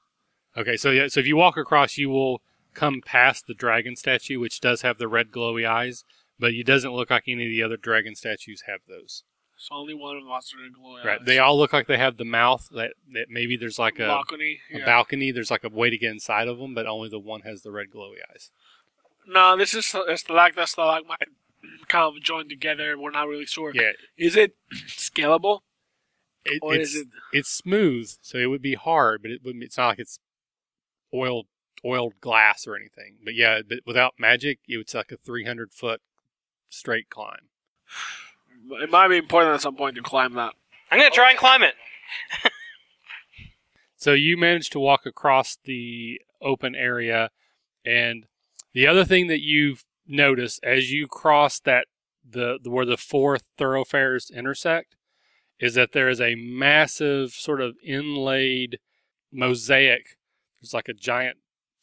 Speaker 1: Okay, so yeah, so if you walk across, you will come past the dragon statue, which does have the red glowy eyes, but it doesn't look like any of the other dragon statues have those.
Speaker 3: It's only one of us that are glowing.
Speaker 1: Right? They all look like they have the mouth. That, that maybe there's like a,
Speaker 3: balcony.
Speaker 1: a
Speaker 3: Yeah.
Speaker 1: balcony. There's like a way to get inside of them, but only the one has the red glowy eyes.
Speaker 3: no, this is it's like that's like my kind of joined together. We're not really sure.
Speaker 1: Yeah,
Speaker 3: Is it scalable
Speaker 1: it,
Speaker 3: or
Speaker 1: it's,
Speaker 3: is it?
Speaker 1: it's smooth, so it would be hard, but it wouldn't. It's not like it's oiled oiled glass or anything. But yeah, but without magic, it was like a three hundred foot straight climb.
Speaker 3: It might be important at some point to climb that.
Speaker 4: I'm gonna try and climb it.
Speaker 1: So you managed to walk across the open area, and the other thing that you've noticed as you cross that the, the where the four thoroughfares intersect is that there is a massive sort of inlaid mosaic. It's like a giant.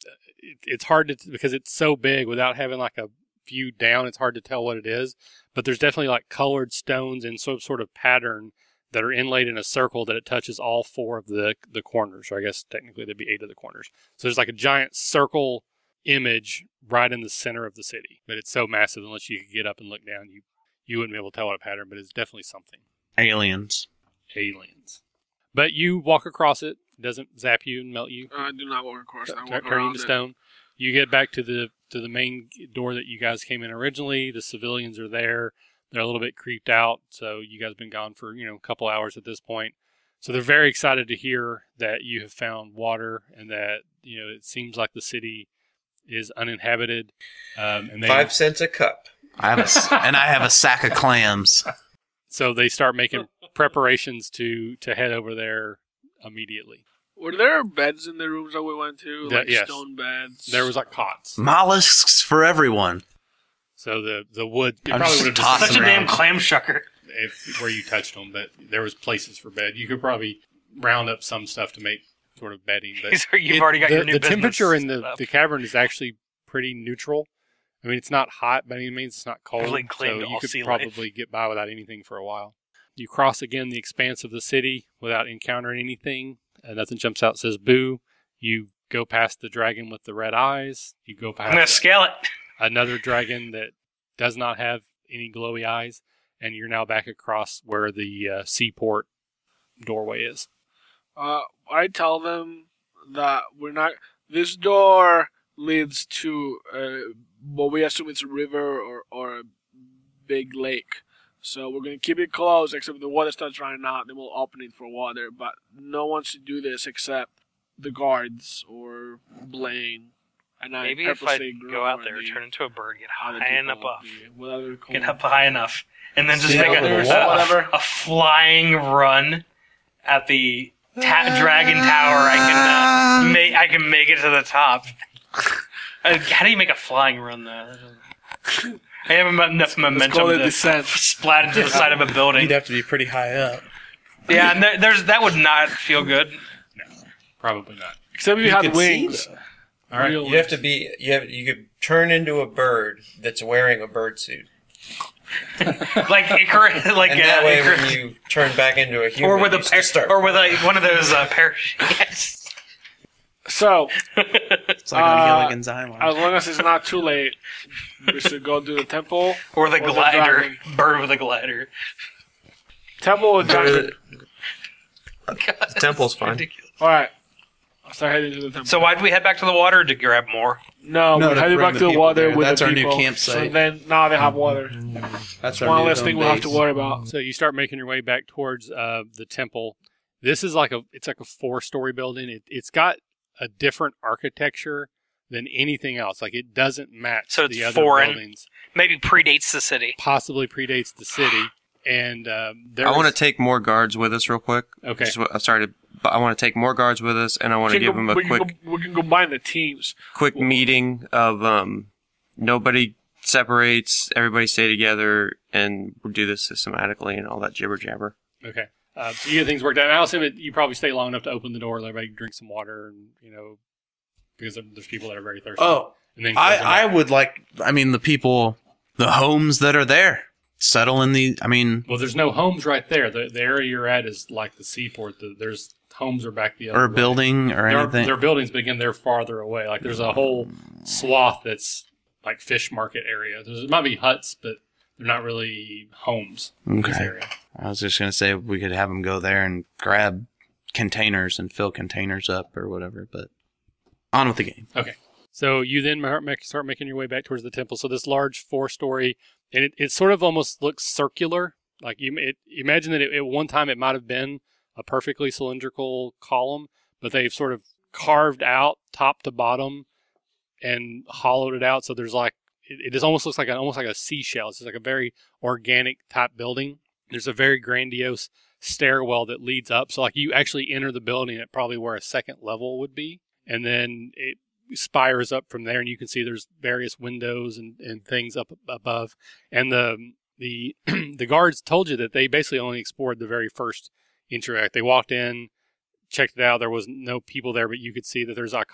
Speaker 1: uh, It, it's hard to because it's so big without having like a view down. It's hard to tell what it is, but there's definitely like colored stones in some sort of pattern that are inlaid in a circle that it touches all four of the the corners, or I guess technically there'd be eight of the corners. So there's like a giant circle image right in the center of the city, but it's so massive unless you could get up and look down, you you wouldn't be able to tell what a pattern, but it's definitely something
Speaker 2: Aliens.
Speaker 1: aliens. But you walk across it, it doesn't zap you and melt you,
Speaker 3: I do not walk across. I
Speaker 1: turn
Speaker 3: walk
Speaker 1: turn you
Speaker 3: around
Speaker 1: into
Speaker 3: it.
Speaker 1: stone. You get back to the to the main door that you guys came in originally. The civilians are there. They're a little bit creeped out, so you guys been gone for you know a couple hours at this point. So they're very excited to hear that you have found water and that you know it seems like the city is uninhabited. Um, and they
Speaker 5: cents a cup.
Speaker 2: I have a s and I have a sack of clams.
Speaker 1: so they start making preparations to to head over there immediately.
Speaker 3: Were there beds in the rooms that we went to,
Speaker 1: That-
Speaker 3: like
Speaker 1: yes.
Speaker 3: stone beds?
Speaker 1: There was
Speaker 2: Mm.
Speaker 1: like cots,
Speaker 2: Mollusks for everyone.
Speaker 1: so the the wood it
Speaker 2: I'm
Speaker 1: probably
Speaker 2: just
Speaker 1: would have
Speaker 2: tossing
Speaker 4: Such a damn clam shucker.
Speaker 1: if, where you touched them, but there was places for bed. You could probably round up some stuff to make sort of bedding. But
Speaker 4: So you've already got
Speaker 1: the,
Speaker 4: your new
Speaker 1: the
Speaker 4: business
Speaker 1: temperature in the,
Speaker 4: up.
Speaker 1: the cavern is actually pretty neutral. I mean, it's not hot by any means. It's not cold,
Speaker 4: Really
Speaker 1: so
Speaker 4: clean,
Speaker 1: you
Speaker 4: all
Speaker 1: could
Speaker 4: sea life.
Speaker 1: probably get by without anything for a while. You cross again the expanse of the city without encountering anything. Uh, nothing jumps out. Says boo. You go past the dragon with the red eyes. You go past.
Speaker 4: I'm gonna scale it.
Speaker 1: another dragon that does not have any glowy eyes, and you're now back across where the uh, seaport doorway is.
Speaker 3: Uh, I tell them that we're not. This door leads to uh, what we assume it's a river or, or a big lake. So we're gonna keep it closed, except if the water starts running out, then we'll open it for water. But no one should do this except the guards or Blaine. And I
Speaker 4: Maybe if I
Speaker 3: purposely ignore
Speaker 4: go out there,
Speaker 3: the
Speaker 4: turn into a bird, get
Speaker 3: other
Speaker 4: high
Speaker 3: people,
Speaker 4: enough up,
Speaker 3: the- whatever they're
Speaker 4: get
Speaker 3: called.
Speaker 4: up high enough, and then just
Speaker 6: See,
Speaker 4: make
Speaker 6: over
Speaker 4: a,
Speaker 6: the
Speaker 4: a-
Speaker 6: wall.
Speaker 4: a, a flying run at the ta- dragon tower. I can. Uh, can make it to the top. Uh, How do you make a flying run though? That doesn't- I have enough
Speaker 3: Let's call
Speaker 4: momentum
Speaker 3: it
Speaker 4: to
Speaker 3: descent.
Speaker 4: splat into the side of a
Speaker 7: You'd
Speaker 4: building.
Speaker 7: have to be pretty high up.
Speaker 4: Yeah, and there, there's that would not feel good.
Speaker 1: Probably not.
Speaker 3: Except if you, had wings.
Speaker 7: All right.
Speaker 3: Real
Speaker 7: You
Speaker 6: You have to be. You have. You could turn into a bird that's wearing a bird suit,
Speaker 4: Like Icarus, like
Speaker 6: and
Speaker 4: uh,
Speaker 6: that way
Speaker 4: Icarus-
Speaker 6: when you turn back into a human,
Speaker 4: or with a
Speaker 6: you
Speaker 4: par-
Speaker 6: just start.
Speaker 4: or with a, one of those uh, parachutes.
Speaker 3: So,
Speaker 2: It's like
Speaker 3: Uh,
Speaker 2: on Gilligan's Island.
Speaker 3: as long as it's not too late, we should go to the temple.
Speaker 4: Or the
Speaker 3: Or the
Speaker 4: glider. Bird with a glider.
Speaker 3: Temple or dragon?
Speaker 4: God,
Speaker 5: Temple's fine.
Speaker 4: ridiculous.
Speaker 3: All right. I'll start heading to the temple.
Speaker 4: So why do we head back to the water to grab more?
Speaker 3: no,
Speaker 2: No,
Speaker 3: we're
Speaker 2: to
Speaker 3: heading
Speaker 2: bring
Speaker 3: back
Speaker 2: the
Speaker 3: to the
Speaker 2: people
Speaker 3: water
Speaker 2: there.
Speaker 3: with
Speaker 2: That's
Speaker 3: the
Speaker 2: our new
Speaker 3: people. So
Speaker 2: campsite.
Speaker 3: then now they have water.
Speaker 2: That's
Speaker 3: One less thing we'll have to worry about.
Speaker 1: So you start making your way back towards uh, the temple. This is like a it's like a four story building. It, it's got a different architecture than anything else. Like it doesn't match
Speaker 4: So it's
Speaker 1: the other
Speaker 4: foreign.
Speaker 1: buildings.
Speaker 4: Maybe predates the city.
Speaker 1: Possibly predates the city. And um, there
Speaker 5: I want to
Speaker 1: is-
Speaker 5: take more guards with us real quick.
Speaker 1: Okay.
Speaker 5: Just, what- I'm sorry, to, but I want to take more guards with us, and I want to
Speaker 3: We can
Speaker 5: give
Speaker 3: go-
Speaker 5: them a
Speaker 3: we can
Speaker 5: quick,
Speaker 3: go- we can combine the teams.
Speaker 5: quick meeting of um, nobody separates, everybody stay together, and we'll do this systematically and all that jibber jabber.
Speaker 1: Okay. Uh, so you get things worked out. And I assume it, you probably stay long enough to open the door, let everybody drink some water, and you know, because there- there's people that are very thirsty.
Speaker 2: Oh,
Speaker 1: and then close them
Speaker 2: I, I
Speaker 1: up.
Speaker 2: would like. I mean, the people, the homes that are there, settle in the. I mean,
Speaker 1: well, there's no homes right there. The, the area you're at is like the seaport. The, there's homes are back the other
Speaker 2: or a
Speaker 1: way.
Speaker 2: building or
Speaker 1: There are,
Speaker 2: anything.
Speaker 1: there are buildings, but again, they're farther away. Like there's a whole swath that's like fish market area. There's, it might be huts, but they're not really homes in this
Speaker 2: Okay.
Speaker 1: area.
Speaker 2: I was just gonna say we could have them go there and grab containers and fill containers up or whatever. But on with the game.
Speaker 1: So you then ma- ma- start making your way back towards the temple. So this large four-story, and it, it sort of almost looks circular. Like you, it, imagine that it, at one time it might have been a perfectly cylindrical column, but they've sort of carved out top to bottom and hollowed it out. So there's like it, it just almost looks like an almost like a seashell. It's just like a very organic type building. There's a very grandiose stairwell that leads up. So like you actually enter the building at probably where a second level would be, and then it spires up from there, and you can see there's various windows and, and things up above. And the the the guards told you that they basically only explored the very first interact. They walked in, checked it out. There was no people there, but you could see that there's ic-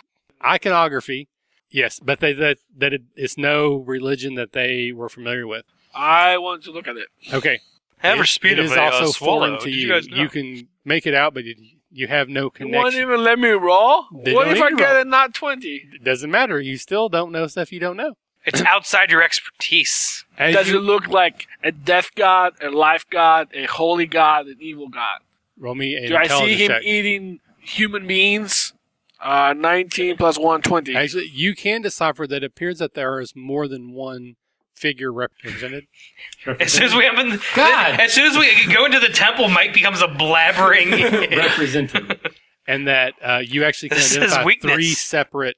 Speaker 1: iconography. Yes, but they that that it, it's no religion that they were familiar with.
Speaker 3: I want to look at it.
Speaker 1: Okay,
Speaker 4: Have
Speaker 1: It-
Speaker 4: speed
Speaker 1: it
Speaker 4: of
Speaker 1: is
Speaker 4: a uh,
Speaker 1: also
Speaker 4: swallow.
Speaker 1: foreign to
Speaker 4: Did
Speaker 1: you.
Speaker 4: you guys know?
Speaker 1: can make it out, but you, you have no
Speaker 3: You won't
Speaker 1: connection.
Speaker 3: even let me roll.
Speaker 1: They
Speaker 3: what
Speaker 1: don't
Speaker 3: if
Speaker 1: need
Speaker 3: I
Speaker 1: to
Speaker 3: get
Speaker 1: roll.
Speaker 3: a not twenty?
Speaker 1: It doesn't matter. You still don't know stuff you don't know.
Speaker 4: It's outside your expertise.
Speaker 1: As
Speaker 3: Does
Speaker 1: you-
Speaker 3: it look like a death god, a life god, a holy god, an evil god?
Speaker 1: roll me an
Speaker 3: Do I see
Speaker 1: intelligence
Speaker 3: him
Speaker 1: check.
Speaker 3: eating human beings? Uh, 19 plus 120.
Speaker 1: Actually, you can decipher that it appears that there is more than one figure represented.
Speaker 4: As soon as we open,
Speaker 1: God.
Speaker 4: as soon as we go into the temple, Mike becomes a blabbering.
Speaker 1: represented, and that uh, you actually can
Speaker 4: This is
Speaker 1: identify
Speaker 4: weakness.
Speaker 1: three separate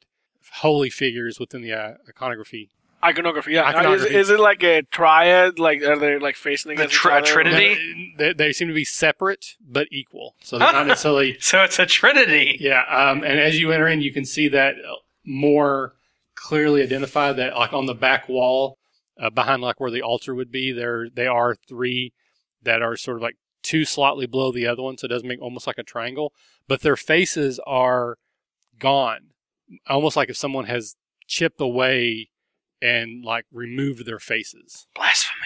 Speaker 1: holy figures within the uh, iconography.
Speaker 3: iconography, yeah.
Speaker 1: Iconography.
Speaker 3: Is, is it like a triad? Like, are they like facing against
Speaker 4: tri-
Speaker 3: each other?
Speaker 4: trinity?
Speaker 1: They, they- they seem to be separate but equal, so they're not necessarily.
Speaker 4: so it's a trinity.
Speaker 1: Yeah, um, and as you enter in, you can see that uh, more clearly identified. That like on the back wall, uh, behind like where the altar would be, there they are three that are sort of like two slightly below the other one, so it does make almost like a triangle. But their faces are gone, almost like if someone has chipped away and like removed their faces.
Speaker 4: Blasphemy.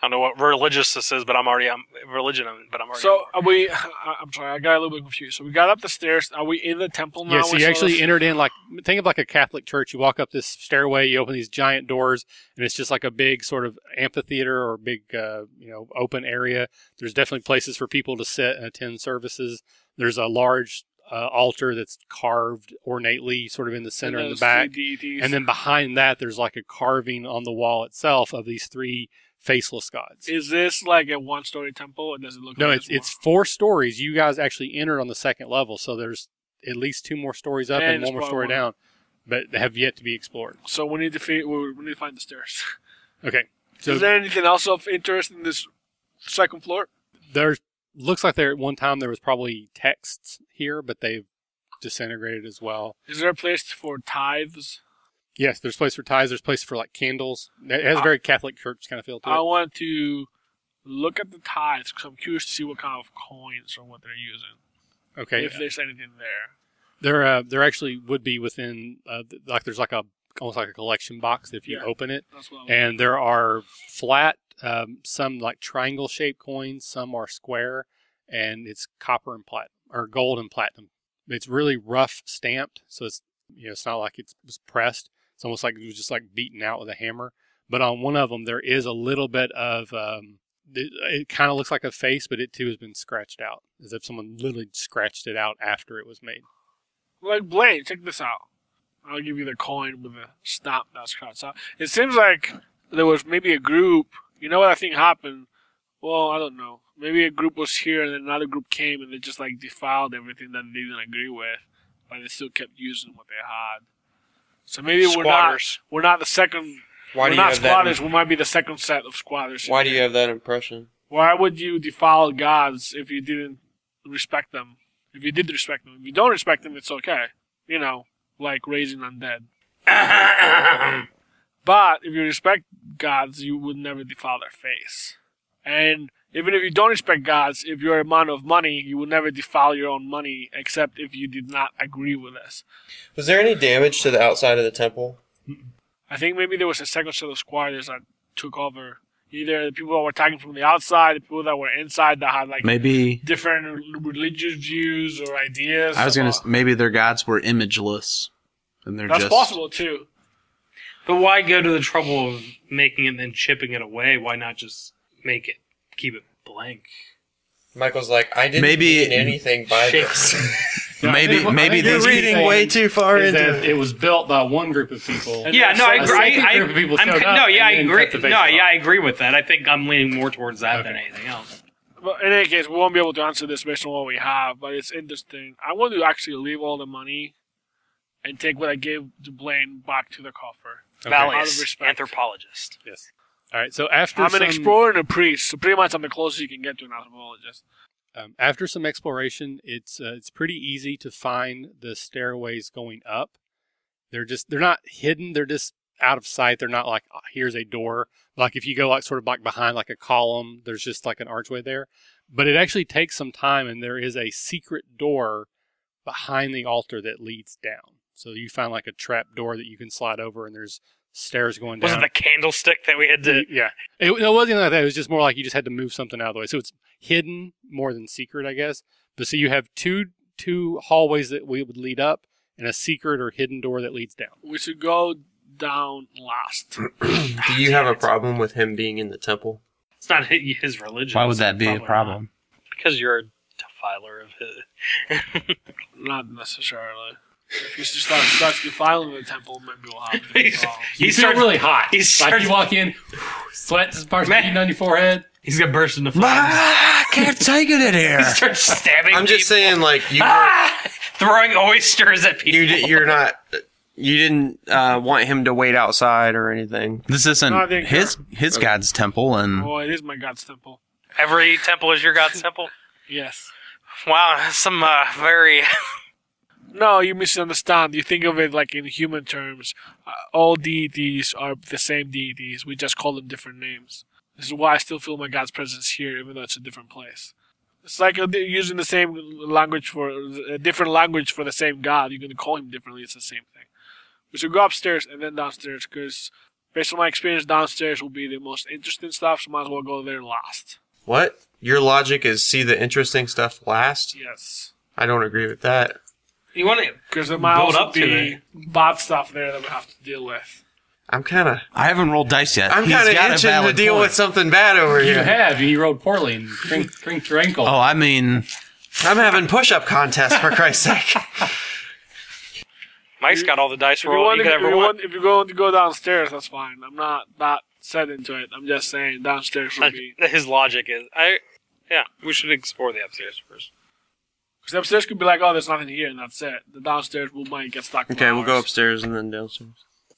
Speaker 4: I don't know what religious this is, but I'm already I'm religion, I'm- but I'm already.
Speaker 3: So are we? I- I'm sorry, I got a little bit confused. So we got up the stairs. Are we in the temple now?
Speaker 1: Yeah, so
Speaker 3: We
Speaker 1: you
Speaker 3: saw
Speaker 1: actually
Speaker 3: this-
Speaker 1: entered in like think of like a Catholic church. You walk up this stairway, you open these giant doors, and it's just like a big sort of amphitheater or big uh, you know open area. There's definitely places for people to sit and attend services. There's a large uh, altar that's carved ornately, sort of in the center in the
Speaker 3: those
Speaker 1: back,
Speaker 3: three deities.
Speaker 1: and then behind that there's like a carving on the wall itself of these three faceless gods.
Speaker 3: is this like a one-story temple, or does it look?
Speaker 1: No,
Speaker 3: like
Speaker 1: it's it's four stories. You guys actually entered on the second level, so there's at least two more stories up
Speaker 3: Yeah,
Speaker 1: and,
Speaker 3: there's
Speaker 1: one more story
Speaker 3: probably one.
Speaker 1: down, but they have yet to be explored.
Speaker 3: So we need to fi- we we need to find the stairs.
Speaker 1: Okay, so
Speaker 3: is there anything else of interest in this second floor?
Speaker 1: there's looks like there at one time there was probably texts here, but they've disintegrated as well.
Speaker 3: Is there a place for tithes?
Speaker 1: Yes, there's place for ties. There's place for like candles. It has a very Catholic church kind of feel to it.
Speaker 3: I want to look at the tithes because I'm curious to see what kind of coins or what they're using.
Speaker 1: okay, uh,
Speaker 3: if there's anything there.
Speaker 1: There, uh, there actually would be within uh, th- like there's like a almost like a collection box if you
Speaker 3: Yeah.
Speaker 1: open it,
Speaker 3: That's what I want.
Speaker 1: and there are flat, um, some like triangle shaped coins, some are square, and it's copper and platinum or gold and platinum. It's really rough stamped, so it's you know it's not like it's, was pressed. It's almost like it was just like beaten out with a hammer. But on one of them, there is a little bit of um, it, it kind of looks like a face, but it too has been scratched out, as if someone literally scratched it out after it was made.
Speaker 3: Like Blaine, check this out. I'll give you the coin with a stamp that's scratched out. It seems like there was maybe a group. You know what I think happened? Well, I don't know. Maybe a group was here and then another group came and they just like defiled everything that they didn't agree with, but they still kept using what they had. So maybe we're not
Speaker 4: Squatters.
Speaker 3: we're not the second.
Speaker 6: Why
Speaker 3: we're
Speaker 6: do you
Speaker 3: not
Speaker 6: have that?
Speaker 3: squatters. We might be the second set of squatters.
Speaker 6: Why do you have that impression?
Speaker 3: Why would you defile gods if you didn't respect them? If you did respect them, if you don't respect them, it's okay. You know, like raising undead. but if you respect gods, you would never defile their face. And even if you don't respect gods, if you're a man of money, you would never defile your own money, except if you did not agree with us.
Speaker 6: Was there any damage to the outside of the temple?
Speaker 3: I think maybe there was a second set of squatters that took over. Either the people that were attacking from the outside, the people that were inside that had like
Speaker 2: Maybe
Speaker 3: different r- religious views or ideas.
Speaker 2: I was gonna.
Speaker 3: about-
Speaker 2: s- Maybe their gods were imageless, and they're
Speaker 3: That's
Speaker 2: just
Speaker 3: possible too.
Speaker 4: But why go to the trouble of making it and then chipping it away? Why not just make it, keep it blank?
Speaker 6: Michael's like, I didn't
Speaker 2: Maybe-
Speaker 6: mean anything by
Speaker 4: Shake-
Speaker 6: this.
Speaker 2: Maybe maybe
Speaker 1: You're
Speaker 2: these
Speaker 1: reading
Speaker 2: people-
Speaker 1: way
Speaker 5: too far
Speaker 1: is that it was built by one group of people.
Speaker 4: Yeah, no, I
Speaker 1: A
Speaker 4: agree.
Speaker 1: second
Speaker 4: I, I,
Speaker 1: group of people
Speaker 4: I'm-
Speaker 1: showed up
Speaker 4: no, yeah, I
Speaker 1: and then
Speaker 4: agree.
Speaker 1: cut the
Speaker 4: No,
Speaker 1: faces
Speaker 4: yeah,
Speaker 1: off.
Speaker 4: I agree with that. I think I'm leaning more towards that than
Speaker 1: Okay.
Speaker 4: anything else.
Speaker 3: But in any case, we won't be able to answer this based on what we have. But it's interesting. I want to actually leave all the money and take what I gave to Blaine back to the coffer.
Speaker 1: Okay.
Speaker 3: Out of
Speaker 4: Valius,
Speaker 3: respect.
Speaker 4: anthropologist.
Speaker 1: Yes. All right. So after
Speaker 3: I'm
Speaker 1: some,
Speaker 3: an explorer and a priest, so pretty much I'm the closest you can get to an anthropologist.
Speaker 1: um, after some exploration, it's uh, it's pretty easy to find the stairways going up. They're just they're not hidden. They're just out of sight. They're not like "Ah, here's a door. Like if you go like sort of like behind like a column, there's just like an archway there. But it actually takes some time, and there is a secret door behind the altar that leads down. So you find like a trap door that you can slide over, and there's stairs going
Speaker 4: Was
Speaker 1: down.
Speaker 4: it the candlestick that we had to?
Speaker 1: yeah. It, no, it wasn't like that. It was just more like you just had to move something out of the way. So it's hidden more than secret, I guess. But so you have two two hallways that we would lead up and a secret or hidden door that leads down.
Speaker 3: We should go down last.
Speaker 6: Do you have a problem with him being in the temple?
Speaker 4: It's not hi- his religion.
Speaker 2: Why would
Speaker 4: so
Speaker 2: that be a
Speaker 4: probably
Speaker 2: problem?
Speaker 4: not. Because you're a defiler of his.
Speaker 3: Not necessarily. If you start, start defiling the temple, maybe we'll have a
Speaker 4: He's-
Speaker 3: problem.
Speaker 4: He starts-
Speaker 1: hot.
Speaker 4: he starts-
Speaker 1: walk in, sweat starts
Speaker 4: Man.
Speaker 1: on your forehead.
Speaker 4: He's gonna burst into flames.
Speaker 5: Ah,
Speaker 2: I can't take it in here.
Speaker 4: Start stabbing.
Speaker 6: I'm just
Speaker 4: people.
Speaker 6: saying, like you,
Speaker 4: Ah! Throwing oysters at people.
Speaker 5: You di- you're not. You didn't uh, want him to wait outside or anything.
Speaker 2: This
Speaker 3: No, I
Speaker 2: isn't
Speaker 3: think-
Speaker 2: his his god's temple, and
Speaker 3: Oh, it is my god's temple.
Speaker 4: Every temple is your god's temple.
Speaker 3: Yes.
Speaker 4: Wow, some uh, very
Speaker 3: No, you misunderstand. You think of it like in human terms. Uh, all deities are the same deities. We just call them different names. This is why I still feel my God's presence here, even though it's a different place. It's like uh, they're using the same language for a different language for the same God. You can call him differently. It's the same thing. We should go upstairs and then downstairs because, based on my experience, downstairs will be the most interesting stuff. So might as well go there last.
Speaker 6: what? Your logic is see the interesting stuff last.
Speaker 3: Yes,
Speaker 6: I don't agree with that.
Speaker 4: you want to
Speaker 3: because there might
Speaker 4: Build
Speaker 3: also
Speaker 4: up to
Speaker 3: be bad stuff there that we have to deal with.
Speaker 6: I'm kind of,
Speaker 2: I haven't rolled dice yet.
Speaker 6: I'm
Speaker 2: He's
Speaker 6: kind of
Speaker 2: got a
Speaker 6: itching to
Speaker 2: valid
Speaker 6: deal
Speaker 2: point.
Speaker 6: with something bad over here.
Speaker 1: have. You rolled poorly and crinked, crinked your ankle.
Speaker 2: Oh, I mean,
Speaker 6: I'm having push-up contests for Christ's sake.
Speaker 4: Mike's got all the dice
Speaker 3: If you,
Speaker 4: roll
Speaker 3: want
Speaker 4: you
Speaker 3: to,
Speaker 4: could
Speaker 3: if,
Speaker 4: ever
Speaker 3: you
Speaker 4: want.
Speaker 3: want, if you're going to go downstairs, that's fine. I'm not that set into it. I'm just saying downstairs would be.
Speaker 4: Uh, His logic is, I, yeah, we should explore the upstairs first.
Speaker 3: Because upstairs could be like, oh, there's nothing here, and that's it. The downstairs we might get stuck. for
Speaker 5: Okay, we'll go
Speaker 3: hours.
Speaker 5: upstairs and then downstairs.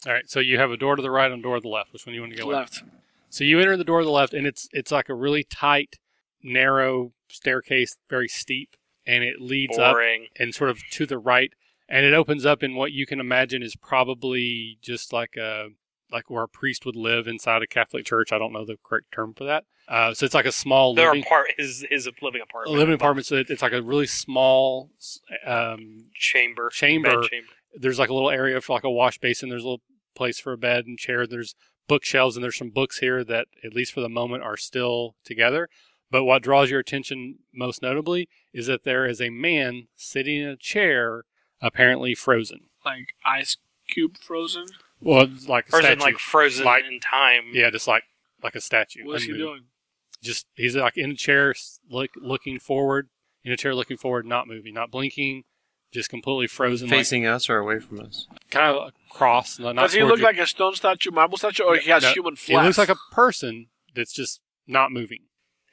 Speaker 1: All right. So you have a door to the right and a door to the left. Which one do you want to go with?
Speaker 3: Left.
Speaker 1: So you enter the door to the left, and it's it's like a really tight, narrow staircase, very steep, and it leads up
Speaker 4: Boring.
Speaker 1: and sort of to the right and it opens up in what you can imagine is probably just like a like where a priest would live inside a Catholic church. I don't know the correct term for that. Uh, so it's like a small
Speaker 4: Their
Speaker 1: living,
Speaker 4: apart his his living apartment.
Speaker 1: living apartment. So it- it's like a really small. s- Um,
Speaker 4: chamber.
Speaker 1: Chamber.
Speaker 4: Bed chamber.
Speaker 1: there's like a little area for like a wash basin. There's a little place for a bed and chair. There's bookshelves and there's some books here that at least for the moment are still together. But what draws your attention most notably is that there is a man sitting in a chair, apparently frozen.
Speaker 3: Like ice cube frozen.
Speaker 1: Well, it's like a
Speaker 4: Or is it
Speaker 1: statue.
Speaker 4: like frozen
Speaker 1: Like-
Speaker 4: in time?
Speaker 1: Yeah, just like like a statue.
Speaker 3: What is he
Speaker 1: unmoved.
Speaker 3: doing?
Speaker 1: Just he's like in a chair, s- look, looking forward, in a chair looking forward, not moving, not blinking, just completely frozen,
Speaker 5: Facing us or away from us?
Speaker 1: like, kind of across. Not
Speaker 3: Does he
Speaker 1: towards
Speaker 3: look
Speaker 1: you.
Speaker 3: like a stone statue, marble statue, or Oh, he has
Speaker 1: No,
Speaker 3: human
Speaker 1: He
Speaker 3: flesh?
Speaker 1: looks like a person that's just not moving.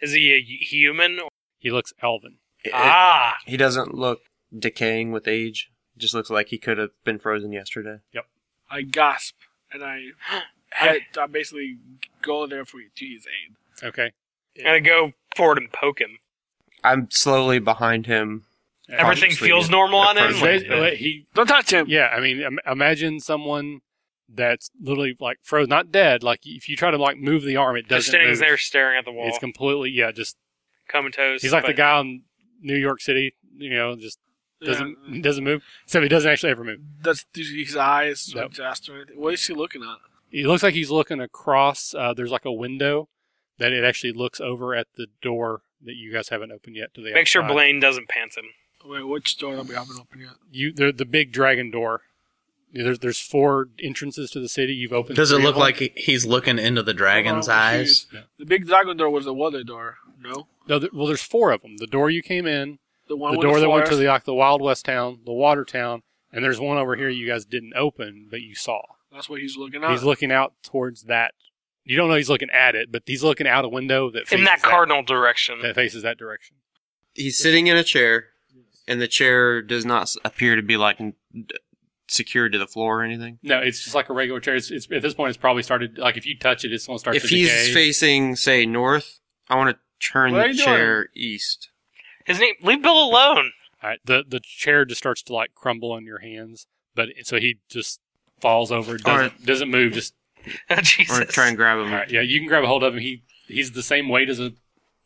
Speaker 4: Is he a human? Or,
Speaker 1: He looks elven.
Speaker 5: It-
Speaker 4: ah,
Speaker 5: it- he doesn't look decaying with age. Just looks like he could have been frozen yesterday.
Speaker 3: I gasp and I head. I basically go there for to his aid.
Speaker 1: Okay.
Speaker 4: I'm gonna go forward and poke him.
Speaker 5: I'm slowly behind him.
Speaker 4: Everything
Speaker 5: Consciously,
Speaker 4: feels
Speaker 5: yeah.
Speaker 4: normal on
Speaker 5: At
Speaker 4: him.
Speaker 5: first,
Speaker 4: Like,
Speaker 5: yeah.
Speaker 1: Basically, he
Speaker 3: Don't touch him.
Speaker 1: Yeah, I mean, Im- imagine someone that's literally like frozen, not dead. Like if you try to like move the arm, it
Speaker 4: just
Speaker 1: doesn't.
Speaker 4: standing
Speaker 1: move.
Speaker 4: there staring at the wall,
Speaker 1: It's completely yeah, just
Speaker 4: comatose.
Speaker 1: He's like the
Speaker 4: but-
Speaker 1: guy in New York City, you know, just
Speaker 3: Yeah,
Speaker 1: doesn't doesn't move. Except he doesn't actually ever move.
Speaker 3: That's his eyes.
Speaker 1: Nope.
Speaker 3: adjust or anything. What is he looking at?
Speaker 1: He looks like he's looking across. Uh, there's like a window that it actually looks over at the door that you guys haven't opened yet. To the
Speaker 4: Make sure
Speaker 1: outside.
Speaker 4: Blaine doesn't pants him.
Speaker 3: Wait, which door that we haven't opened yet?
Speaker 1: you the the big dragon door. There's there's four entrances to the city. You've opened.
Speaker 2: Does it
Speaker 1: three
Speaker 2: look
Speaker 1: of them.
Speaker 2: like he- he's looking into the dragon's
Speaker 3: Oh,
Speaker 2: eyes?
Speaker 3: shoot. The big dragon door was the water door. No,
Speaker 1: No, th- well, there's four of them. The door you came in,
Speaker 3: the one.
Speaker 1: the
Speaker 3: with
Speaker 1: door that went to
Speaker 3: forest.
Speaker 1: the like the Wild West town, the Water town, and there's one over here you guys didn't open but you saw.
Speaker 3: That's what he's looking at.
Speaker 1: He's looking out towards that. You don't know he's looking at it, but he's looking out a window that faces
Speaker 4: in that cardinal direction.
Speaker 1: that faces that direction.
Speaker 5: He's sitting in a chair, and the chair does not s- appear to be like n- d- secured to the floor or anything.
Speaker 1: No, it's just like a regular chair. It's, it's at this point, it's probably started. Like if you touch it, it's going to start
Speaker 5: if
Speaker 1: to
Speaker 5: he's
Speaker 1: decay.
Speaker 5: facing, say, north, I want to turn
Speaker 3: What are
Speaker 5: the
Speaker 3: you
Speaker 5: chair east.
Speaker 4: His name. Leave Bill alone.
Speaker 1: All right, the the chair just starts to like crumble in your hands, but so he just falls over, doesn't doesn't move. Just
Speaker 5: I want
Speaker 4: Oh, Jesus.
Speaker 5: to try and grab
Speaker 1: all
Speaker 5: him.
Speaker 1: right, yeah, you can grab a hold of him. He he's the same weight as a